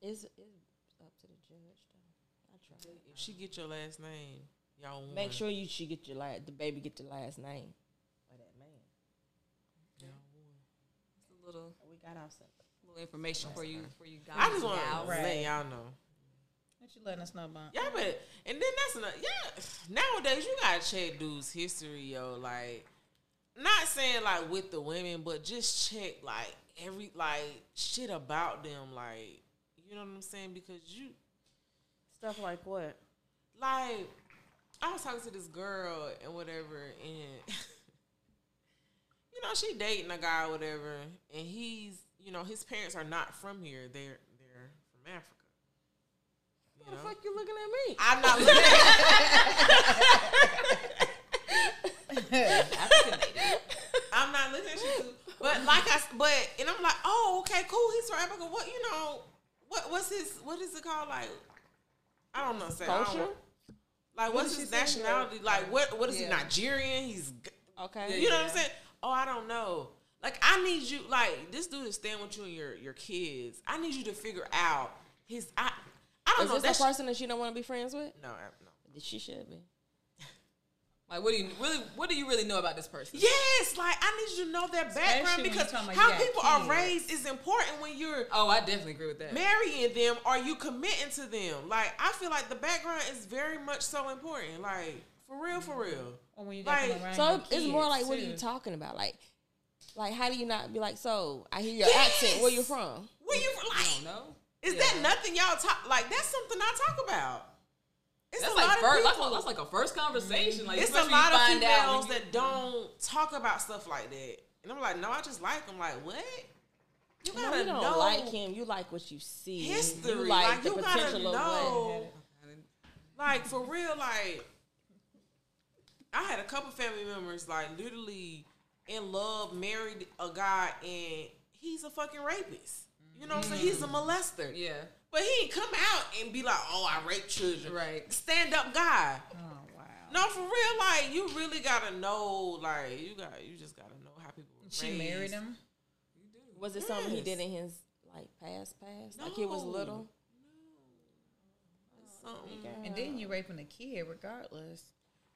Speaker 2: It's, it's up to the judge though. I try.
Speaker 4: If she get your last name, y'all won.
Speaker 2: Make sure you should get your last the baby get your last name. Or that man.
Speaker 4: Y'all won.
Speaker 3: Just a little
Speaker 2: Oh, We got off something.
Speaker 3: little information for you for you guys.
Speaker 4: I just want
Speaker 3: y'all.
Speaker 4: to
Speaker 1: Right.
Speaker 4: let y'all know.
Speaker 1: what you letting us know about?
Speaker 4: Y'all better. And then that's another. Yeah. Nowadays, you gotta check dudes' history, yo. Like, not saying like with the women, but just check like every like shit about them. Like, you know what I'm saying? Because you
Speaker 2: Stuff like what?
Speaker 4: like I was talking to this girl and whatever, and you know she dating a guy, or whatever, and he's you know his parents are not from here; they're they're from Africa. You
Speaker 2: The
Speaker 4: know?
Speaker 2: fuck you looking at me?
Speaker 4: I'm not looking. at- I'm not looking at you, but like I s- but and I'm like, oh okay, cool. He's from Africa. What you know? What what's his what is it called? Like I don't know. Say, I don't
Speaker 2: Culture?
Speaker 4: want- like what's his nationality? Like what what is he
Speaker 3: Yeah.
Speaker 4: Nigerian? He's g-
Speaker 2: Okay.
Speaker 4: You know what I'm saying? Oh, I don't know. Like I need you. Like this dude is staying with you and your your kids. I need you to figure out his. I I don't
Speaker 2: Is
Speaker 4: know.
Speaker 2: this
Speaker 4: That's
Speaker 2: a person that you don't want to be friends with?
Speaker 4: no, I- no.
Speaker 2: She should be.
Speaker 3: Like, what do you really? What do you really know about this person?
Speaker 4: Yes, like I need you to know their background
Speaker 1: Especially when
Speaker 4: because
Speaker 1: you're talking about
Speaker 4: how
Speaker 1: you got
Speaker 4: people are
Speaker 1: kids.
Speaker 4: raised is important when you're
Speaker 3: Oh, I definitely agree with that.
Speaker 4: marrying them or you committing to them. Like I feel like the background is very much so important. Like for real, for real.
Speaker 1: Or when you got them
Speaker 4: Like,
Speaker 1: around
Speaker 2: So
Speaker 1: your
Speaker 2: it's more
Speaker 1: kids,
Speaker 2: like, what are
Speaker 1: too.
Speaker 2: you talking about? Like, like how do you not be like? So I hear your accent. Where you
Speaker 4: Yes!
Speaker 2: from?
Speaker 4: Where you
Speaker 3: I
Speaker 4: like?
Speaker 3: don't know.
Speaker 4: Is that nothing y'all talk? Like that's something I talk about. It's
Speaker 3: That's
Speaker 4: a
Speaker 3: like
Speaker 4: lot
Speaker 3: first.
Speaker 4: of
Speaker 3: That's,
Speaker 4: people.
Speaker 3: like- that's like a first conversation. Like,
Speaker 4: it's a
Speaker 3: especially
Speaker 4: lot
Speaker 3: you
Speaker 4: of
Speaker 3: find out
Speaker 4: females
Speaker 3: when you-
Speaker 4: that don't talk about stuff like that. And I'm like, no, I just like him. Like, what? You
Speaker 2: No,
Speaker 4: gotta
Speaker 2: you don't
Speaker 4: know
Speaker 2: like him. You like what you see.
Speaker 4: history.
Speaker 2: You
Speaker 4: like,
Speaker 2: like, the
Speaker 4: you gotta
Speaker 2: potential of what.
Speaker 1: Oh,
Speaker 4: know. Like for real, like I had a couple family members like literally in love, married a guy, and he's a fucking rapist. You know what I'm saying? He's a molester.
Speaker 3: Yeah.
Speaker 4: But he ain't come out and be like, oh, I rape children.
Speaker 3: Right.
Speaker 4: Stand up guy.
Speaker 1: Oh wow.
Speaker 4: No, for real, like you really gotta know, like you got, you just gotta know how people. were
Speaker 1: She
Speaker 4: raised.
Speaker 1: married him.
Speaker 2: Was it something he
Speaker 4: Yes.
Speaker 2: did in his like past past? Like he was
Speaker 4: No.
Speaker 2: little.
Speaker 4: It's something,
Speaker 1: And then you raping a kid regardless.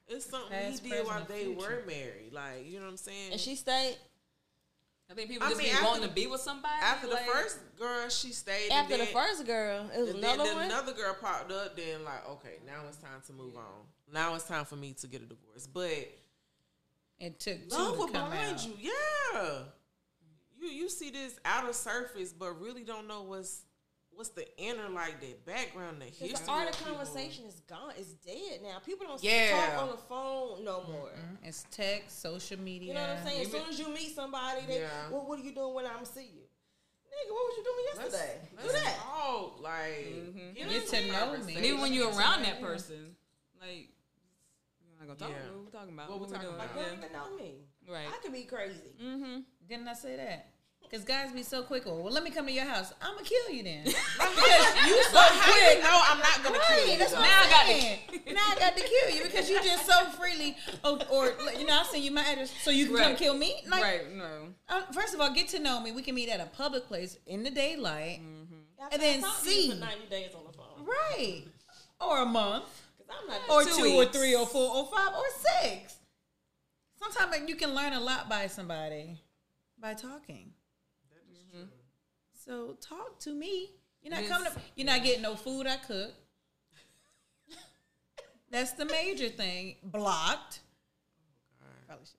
Speaker 4: it's something
Speaker 1: Past,
Speaker 4: he did while
Speaker 1: present,
Speaker 4: they
Speaker 1: and
Speaker 4: were
Speaker 1: future.
Speaker 4: married. Like you know what I'm saying.
Speaker 2: And she stayed
Speaker 3: I think people
Speaker 4: I
Speaker 3: just
Speaker 4: mean,
Speaker 3: be
Speaker 4: after
Speaker 3: wanting
Speaker 4: the-
Speaker 3: to be with somebody
Speaker 4: after the
Speaker 3: like-
Speaker 4: first girl, she stayed. and
Speaker 2: after the
Speaker 4: then-
Speaker 2: first girl. It was
Speaker 4: and
Speaker 2: another
Speaker 4: then,
Speaker 2: one.
Speaker 4: then another girl popped up. Then like, okay, now it's time to move on. Now it's time for me to get a divorce. But
Speaker 1: It took two
Speaker 4: love will
Speaker 1: to come
Speaker 4: blind
Speaker 1: out.
Speaker 4: you. Yeah, you you see this outer surface, but really don't know what's what's the inner, like the background, the
Speaker 2: 'Cause
Speaker 4: history.
Speaker 2: the art of
Speaker 4: people.
Speaker 2: conversation is gone. It's dead now. People don't
Speaker 4: Yeah.
Speaker 2: talk on the phone no more.
Speaker 1: Mm, It's text, social media.
Speaker 2: You know what I'm saying? As
Speaker 4: Even-
Speaker 2: soon as you meet somebody, they,
Speaker 4: Yeah.
Speaker 2: well, what are you doing when I'm see you? Nigga, what was you doing
Speaker 4: Let's-
Speaker 2: yesterday? Do
Speaker 4: let's
Speaker 2: that.
Speaker 4: talk, like you
Speaker 1: Get to know me.
Speaker 3: And even when you're around that person, like, you're not gonna talk.
Speaker 4: Yeah.
Speaker 3: What we talking about?
Speaker 4: What we
Speaker 3: we
Speaker 4: talking
Speaker 3: doing?
Speaker 2: Like, you don't even know me.
Speaker 3: Yeah. Right.
Speaker 2: I could be crazy.
Speaker 3: Mm-hmm.
Speaker 1: Didn't I say that? Because guys be so quick. Well, let me come to your house. I'm gonna kill you then. because you so
Speaker 4: But how you
Speaker 1: quick.
Speaker 4: know I'm not gonna kill
Speaker 1: Right,
Speaker 4: you?
Speaker 1: that's
Speaker 4: though?
Speaker 1: what
Speaker 3: Now I got to-
Speaker 1: I got to. Now I got to kill you because you just so freely, or, or you know, I send you my address so you can come
Speaker 3: Right.
Speaker 1: kill me. Like,
Speaker 3: right. No.
Speaker 1: um, first of all, get to know me. We can meet at a public place in the daylight,
Speaker 2: After I
Speaker 1: then
Speaker 2: talked to you
Speaker 1: see.
Speaker 2: for 90 days on the phone.
Speaker 1: right? Or a month,
Speaker 2: Because I'm not
Speaker 1: or
Speaker 3: Two
Speaker 1: two, or
Speaker 3: weeks.
Speaker 1: three, or four, or five, or six. Sometimes like, you can learn a lot by somebody by talking. So talk to me. You're not
Speaker 3: Miss-
Speaker 1: coming. Up, you're not getting no food I cook. That's the major thing. Blocked. Probably should.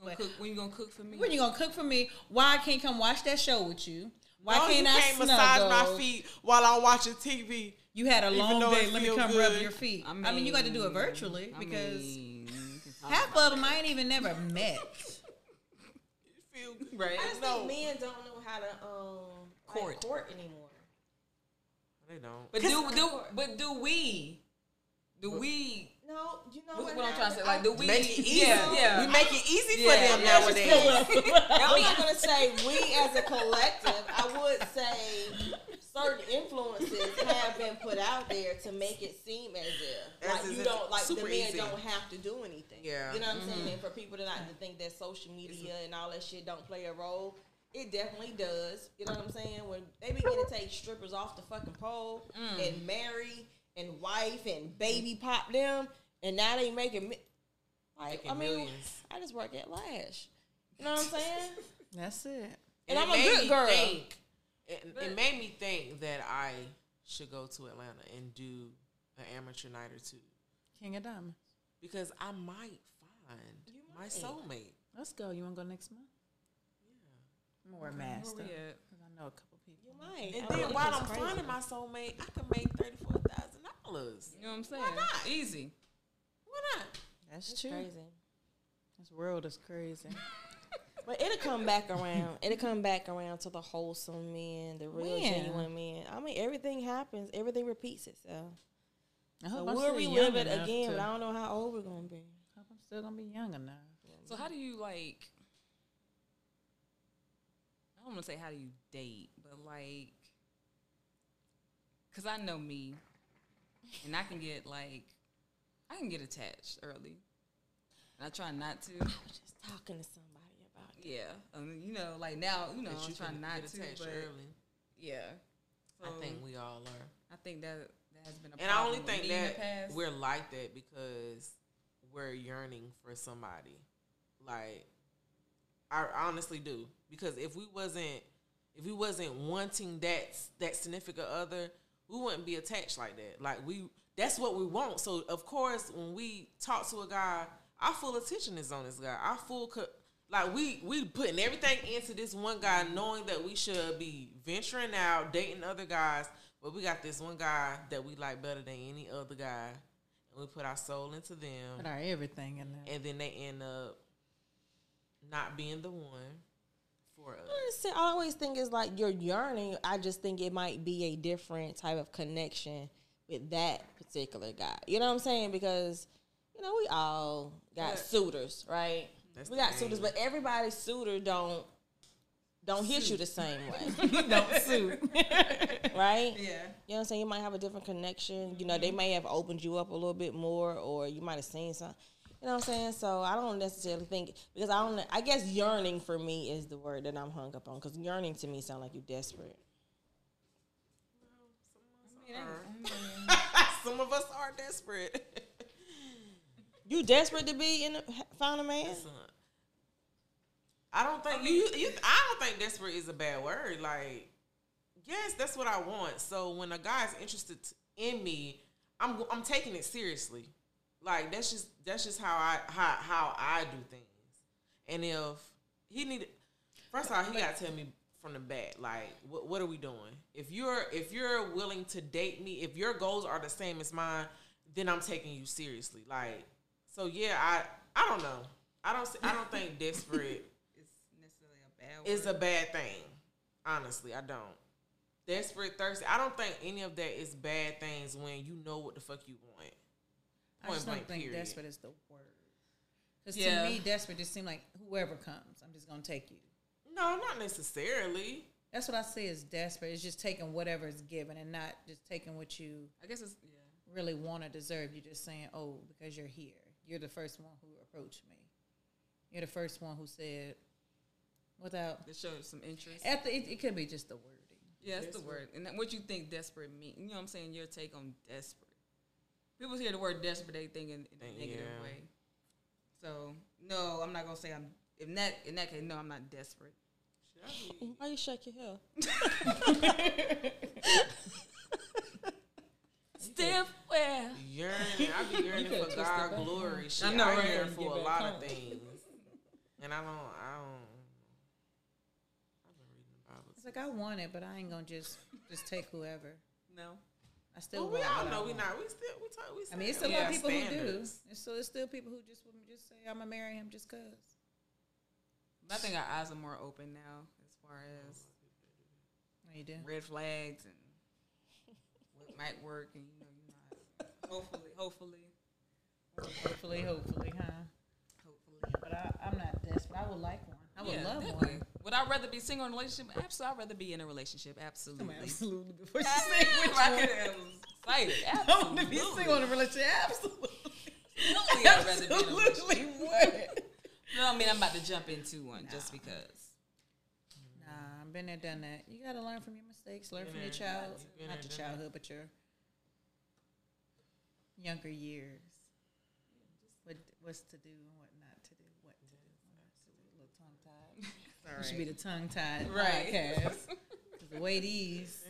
Speaker 3: Gonna
Speaker 1: But
Speaker 3: cook, when you gonna cook for me?
Speaker 1: when you gonna cook for me? Why I can't come watch that show with you? Why
Speaker 4: No, Oh, you
Speaker 1: can't I
Speaker 4: can't
Speaker 1: snuggle?
Speaker 4: massage my feet while I'm watching TV?
Speaker 1: You had a long
Speaker 4: though it
Speaker 1: day. Let me
Speaker 4: feel
Speaker 1: come
Speaker 4: good.
Speaker 1: rub your feet. I mean, you got to do it virtually because
Speaker 3: mean, you can talk
Speaker 1: half of them I ain't even never met.
Speaker 4: It feel good.
Speaker 3: Right.
Speaker 2: I just
Speaker 4: No.
Speaker 2: think men don't know how to um like,
Speaker 3: Court.
Speaker 2: court anymore.
Speaker 4: They don't.
Speaker 3: But do
Speaker 2: Cause-
Speaker 3: do but do we? Do we?
Speaker 2: No, you know
Speaker 3: What,
Speaker 2: what?
Speaker 3: what I'm trying to say, like, do
Speaker 2: the
Speaker 3: we?
Speaker 4: Make it easy.
Speaker 3: Yeah, yeah.
Speaker 4: We make it easy
Speaker 3: Yeah.
Speaker 4: for them
Speaker 3: Yeah,
Speaker 4: nowadays.
Speaker 2: I'm not gonna say we as a collective. I would say certain influences have been put out there to make it seem as if
Speaker 4: As
Speaker 2: like
Speaker 4: if
Speaker 2: you
Speaker 4: it's
Speaker 2: don't like the
Speaker 4: super
Speaker 2: men
Speaker 4: easy.
Speaker 2: don't have to do anything.
Speaker 4: Yeah. Mm-hmm.
Speaker 2: you know what I'm saying. And for people to not to think that social media and all that shit don't play a role. It definitely does. You know what I'm saying? When they begin to take strippers off the fucking pole
Speaker 4: Mm.
Speaker 2: and marry and wife and baby pop them, and now they making mi- like
Speaker 4: Making
Speaker 2: I mean,
Speaker 4: millions.
Speaker 2: I just work at Lash. You know what I'm saying?
Speaker 1: That's it.
Speaker 2: And I'm a
Speaker 4: it made
Speaker 2: good
Speaker 4: me
Speaker 2: girl.
Speaker 4: Think, it, it made me think that I should go to Atlanta and do an amateur night or two
Speaker 1: King of Diamonds.
Speaker 4: because I might find my soulmate.
Speaker 1: Let's go. You want to go next month? Yeah. More master.
Speaker 3: Where we
Speaker 1: Because I
Speaker 3: at?
Speaker 1: know a couple people.
Speaker 2: You might.
Speaker 4: And
Speaker 2: I
Speaker 4: then
Speaker 2: mean,
Speaker 4: while
Speaker 2: it's
Speaker 4: I'm
Speaker 2: crazy.
Speaker 4: finding my soulmate, I can make thirty four thousand dollars.
Speaker 3: You know what I'm saying?
Speaker 4: not?
Speaker 3: Easy.
Speaker 4: Why not?
Speaker 1: That's
Speaker 2: It's
Speaker 1: true.
Speaker 2: crazy.
Speaker 1: This world is crazy.
Speaker 2: But it'll come back around. It'll come back around to the wholesome men, the real
Speaker 1: When?
Speaker 2: genuine men. I mean, everything happens. Everything repeats itself.
Speaker 1: I
Speaker 2: So
Speaker 1: hope I'm
Speaker 2: we'll
Speaker 1: still
Speaker 2: relive
Speaker 1: young
Speaker 2: it
Speaker 1: enough
Speaker 2: again,
Speaker 1: to-
Speaker 2: but I don't know how old we're gonna be.
Speaker 1: hope I'm still going to be young enough.
Speaker 3: So how do you like? I don't want to say how do you date, but like, cause I know me, and I can get like, I can get attached early, and I try not to.
Speaker 2: I was just talking to somebody about it.
Speaker 3: Yeah, I mean, you know, like now, you know,
Speaker 4: That
Speaker 3: I'm
Speaker 4: you
Speaker 3: trying
Speaker 4: can
Speaker 3: not
Speaker 4: get
Speaker 3: to.
Speaker 4: attached
Speaker 3: But
Speaker 4: early.
Speaker 3: yeah,
Speaker 4: I
Speaker 3: So,
Speaker 4: think we all are.
Speaker 3: I think that that has been a
Speaker 4: And I
Speaker 3: problem
Speaker 4: only
Speaker 3: with
Speaker 4: think
Speaker 3: me in the
Speaker 4: that
Speaker 3: past.
Speaker 4: we're like that because we're yearning for somebody. Like I honestly do. Because if we wasn't if we wasn't wanting that that significant other, we wouldn't be attached like that. Like we that's what we want. So of course when we talk to a guy, our full attention is on this guy. Our full co- like we we putting everything into this one guy knowing that we should be venturing out, dating other guys, but we got this one guy that we like better than any other guy. And we put our soul into them
Speaker 1: Put our everything in there.
Speaker 4: and then they end up not being the one for
Speaker 2: I
Speaker 4: us.
Speaker 2: just say- I always think it's like you're yearning. I just think it might be a different type of connection with that particular guy. You know what I'm saying? Because you know we all got suitors, right?
Speaker 4: That's
Speaker 2: we
Speaker 4: the
Speaker 2: got
Speaker 4: thing.
Speaker 2: suitors, but everybody's suitor don't don't hit you the same way,
Speaker 1: don't sue.
Speaker 2: right?
Speaker 3: yeah.
Speaker 2: You know what I'm saying? You might have a different connection. You know, they may have opened you up a little bit more, or you might have seen something. You know what I'm saying? So I don't necessarily think because I don't. I guess yearning for me is the word that I'm hung up on because yearning to me sound like you desperate.
Speaker 4: Some of us are desperate.
Speaker 2: You desperate to be in a, find a man.
Speaker 4: Son. I don't think you, you. I don't think desperate is a bad word. Like, yes, that's what I want. So when a guy's interested t- in me, I'm go- I'm taking it seriously. Like that's just that's just how I how how I do things. And if he need, first of all, he gotta tell me from the back. Like, what what are we doing? If you're if you're willing to date me, if your goals are the same as mine, then I'm taking you seriously. Like, so yeah, I I don't know. I don't s- I don't think desperate
Speaker 3: It's necessarily a bad.
Speaker 4: is a bad thing. Honestly, I don't. Desperate, thirsty. I don't think any of that is bad things when you know what the fuck you want.
Speaker 1: I just
Speaker 4: Point
Speaker 1: don't
Speaker 4: blank,
Speaker 1: think
Speaker 4: period.
Speaker 1: desperate is the word. Because
Speaker 3: Yeah.
Speaker 1: to me, desperate just seems like whoever comes, I'm just going to take you.
Speaker 4: No, not necessarily.
Speaker 1: That's what I say is desperate. It's just taking whatever is given and not just taking what you
Speaker 3: I guess it's yeah.
Speaker 1: really want to deserve. You're just saying, oh, because you're here. You're the first one who approached me. You're the first one who said, without.
Speaker 3: It shows some interest.
Speaker 1: At the, it, it could be just the wording.
Speaker 3: Yeah, that's the word. And that- what you think desperate mean? You know what I'm saying? Your take on desperate. People hear the word desperate, they think in, in a negative
Speaker 4: Yeah.
Speaker 3: way. So no, I'm not gonna say I'm. In that in that case, no, I'm not desperate.
Speaker 2: Why you shake your hair?
Speaker 3: Stiff well.
Speaker 4: Yearning. I be yearning for God glory. Shit. I
Speaker 3: know,
Speaker 4: know,
Speaker 3: right?
Speaker 4: yearn
Speaker 3: Get
Speaker 4: for a
Speaker 3: back
Speaker 4: lot
Speaker 3: home.
Speaker 4: of things. And I don't. I don't. I've been reading the Bible.
Speaker 1: It's like, I want it, but I ain't going to just just take whoever.
Speaker 3: No.
Speaker 1: I still
Speaker 4: Well, we
Speaker 1: want
Speaker 4: all
Speaker 1: what I
Speaker 4: know we
Speaker 1: want.
Speaker 4: not. We still. We talk. We.
Speaker 1: I mean, it's
Speaker 4: still
Speaker 1: still a lot of
Speaker 4: have
Speaker 1: people who do.
Speaker 4: standards.
Speaker 1: And so it's still people who just would just say, I'm going to marry him just because.
Speaker 3: I think our eyes are more open now as far as
Speaker 1: you do.
Speaker 3: red flags and what might work and you know you not. Hopefully, hopefully,
Speaker 1: Hopefully, hopefully, huh?
Speaker 3: hopefully.
Speaker 5: But I, I'm not desperate. I would like one.
Speaker 1: I would
Speaker 3: Yeah,
Speaker 1: love
Speaker 3: that
Speaker 1: one.
Speaker 3: way. Would I rather be single in a relationship? Absolutely, I'd rather be in a relationship. Absolutely.
Speaker 1: Absolutely. Before she
Speaker 3: Hey,
Speaker 1: say which
Speaker 3: I
Speaker 1: one. Oh,
Speaker 3: could have excited.
Speaker 1: I want to
Speaker 3: Absolutely.
Speaker 1: be single in a relationship. Absolutely.
Speaker 3: Absolutely, I'd rather be in a relationship.
Speaker 1: Absolutely. What?
Speaker 3: No, I mean I'm about to jump into one just because.
Speaker 1: Nah, I've been there, done that. You gotta learn from your mistakes. Learn from your child,
Speaker 4: Been
Speaker 1: not
Speaker 4: there,
Speaker 1: the
Speaker 4: done
Speaker 1: childhood, but your younger years. What what's to do and what not to do. What to do, what not to do. A little tongue tied. It should be the tongue tied
Speaker 3: Right.
Speaker 1: podcast. 'Cause the way these,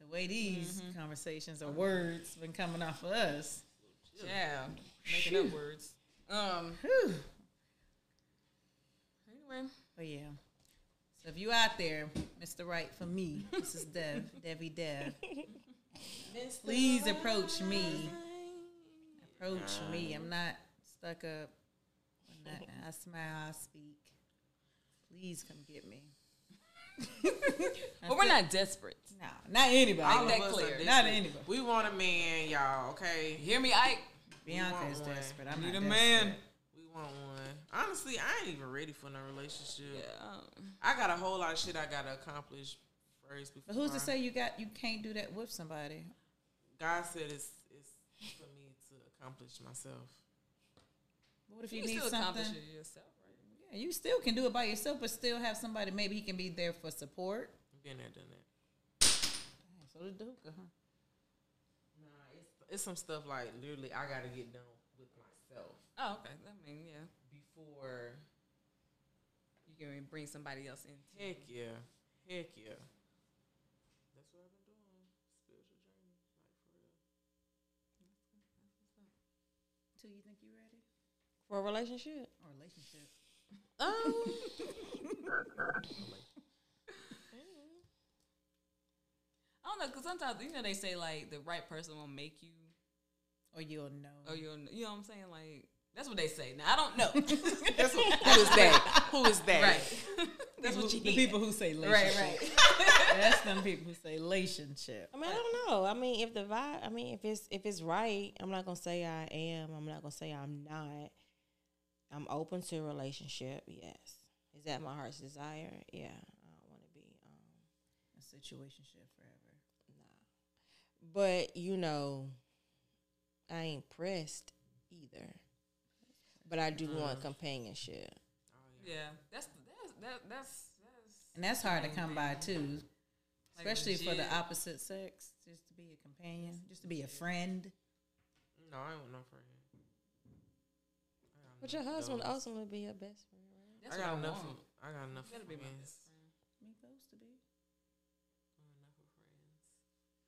Speaker 1: the way these conversations or words been coming off of us.
Speaker 3: Yeah, making up words. Um.
Speaker 1: Whew.
Speaker 3: Anyway,
Speaker 1: But yeah. So if you out there, Mr. Right for me, this is Dev, Debbie Dev. Please approach me. Approach me. I'm not stuck up. I'm not, I smile, I speak. Please come get me.
Speaker 3: but we're not desperate.
Speaker 1: No, not anybody.
Speaker 3: All
Speaker 4: All
Speaker 3: that
Speaker 4: of us are
Speaker 3: clear.
Speaker 4: desperate.
Speaker 1: Not anybody.
Speaker 4: We want a man, y'all. Okay,
Speaker 3: Hear me, Ike.
Speaker 1: Bianca
Speaker 4: want
Speaker 1: is
Speaker 4: one.
Speaker 1: desperate. I'm
Speaker 3: Need
Speaker 1: not
Speaker 3: a
Speaker 1: desperate.
Speaker 3: man.
Speaker 4: we want one. Honestly, I ain't even ready for no relationship.
Speaker 3: Yeah.
Speaker 4: I got a whole lot of shit I gotta accomplish first. Before
Speaker 1: um. But who's to
Speaker 4: I-
Speaker 1: say you got you can't do that with somebody?
Speaker 4: God said it's it's for me to accomplish myself.
Speaker 1: What if
Speaker 3: You
Speaker 1: you,
Speaker 3: can
Speaker 1: need
Speaker 3: still
Speaker 1: something?
Speaker 3: accomplish it yourself, right?
Speaker 1: Yeah, you still can do it by yourself, but still have somebody. Maybe he can be there for support.
Speaker 4: Been there, done that.
Speaker 1: So the hookah, huh?
Speaker 4: Nah, it's it's some stuff like literally I gotta get done with myself
Speaker 3: Oh, okay. I mean, yeah.
Speaker 4: before.
Speaker 3: You can bring somebody else in.
Speaker 4: Heck yeah, heck yeah. That's what I've been doing. Spiritual journey, like for real.
Speaker 1: Till you think you ready?
Speaker 2: For a relationship?
Speaker 1: Or relationship.
Speaker 2: Um,
Speaker 3: I don't know, cause sometimes you know they say like the right person will make you,
Speaker 1: Or you'll know.
Speaker 3: or you'll, Oh, you know what I'm saying? Like that's what they say. Now I don't know.
Speaker 4: That's what, who is that? Who is that?
Speaker 3: right. that's what you
Speaker 1: the
Speaker 3: hear.
Speaker 1: people who say
Speaker 3: Right,
Speaker 1: relationship.
Speaker 3: right.
Speaker 1: That's them people who say relationship.
Speaker 2: I mean, I don't know. I mean, if the vibe, I mean, if it's if it's right, I'm not gonna say I am. I'm not gonna say I'm not. I'm open to a relationship. Yes, is that my heart's desire? Yeah, I don't want to be. Um,
Speaker 1: A situationship forever.
Speaker 2: but you know, I ain't pressed either. But I do want companionship.
Speaker 4: Oh,
Speaker 3: Yeah, that's that's that, that's that's.
Speaker 1: And that's hard to come by too.
Speaker 3: Like
Speaker 1: Especially for the
Speaker 3: legit.
Speaker 1: opposite sex. Just to be a companion. Just to be a friend.
Speaker 4: No, I ain't want no friend.
Speaker 2: But your husband also would be your best friend. Right?
Speaker 3: That's what
Speaker 4: I got
Speaker 3: I
Speaker 4: enough.
Speaker 3: want.
Speaker 4: of- I got enough.
Speaker 3: Gotta be my
Speaker 4: friends.
Speaker 3: best friend.
Speaker 1: We supposed to be.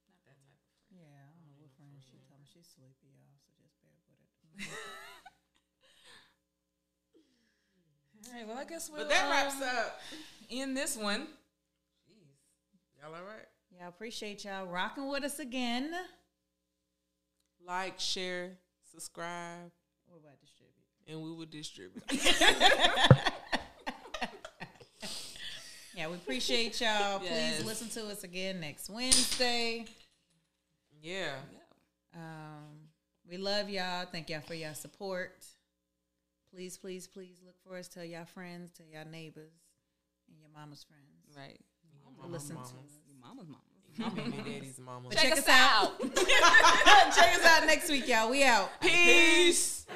Speaker 3: Not that type of
Speaker 1: Yeah, I don't know what friend she talking. She's sleepy, y'all. So just bear with it.
Speaker 3: friend. All right. Well, I guess we'll
Speaker 4: But that
Speaker 3: um,
Speaker 4: wraps up.
Speaker 3: in this one.
Speaker 4: Y'all all right?
Speaker 1: Yeah, I appreciate y'all rocking with us again.
Speaker 4: Like, share, subscribe,
Speaker 1: What about distribute?
Speaker 4: and we will distribute.
Speaker 1: Yeah, we appreciate y'all.
Speaker 3: Yes.
Speaker 1: Please listen to us again next Wednesday.
Speaker 4: yeah.
Speaker 1: Um, we love y'all. Thank y'all for y'all support. Please, please, please look for us. Tell y'all friends, tell y'all neighbors, and your mama's friends.
Speaker 3: Right.
Speaker 1: To listen to us.
Speaker 3: Your mama's mama.
Speaker 4: Mama and daddy's mama.
Speaker 1: But check, us out. check us out next week, y'all. We out.
Speaker 4: Peace.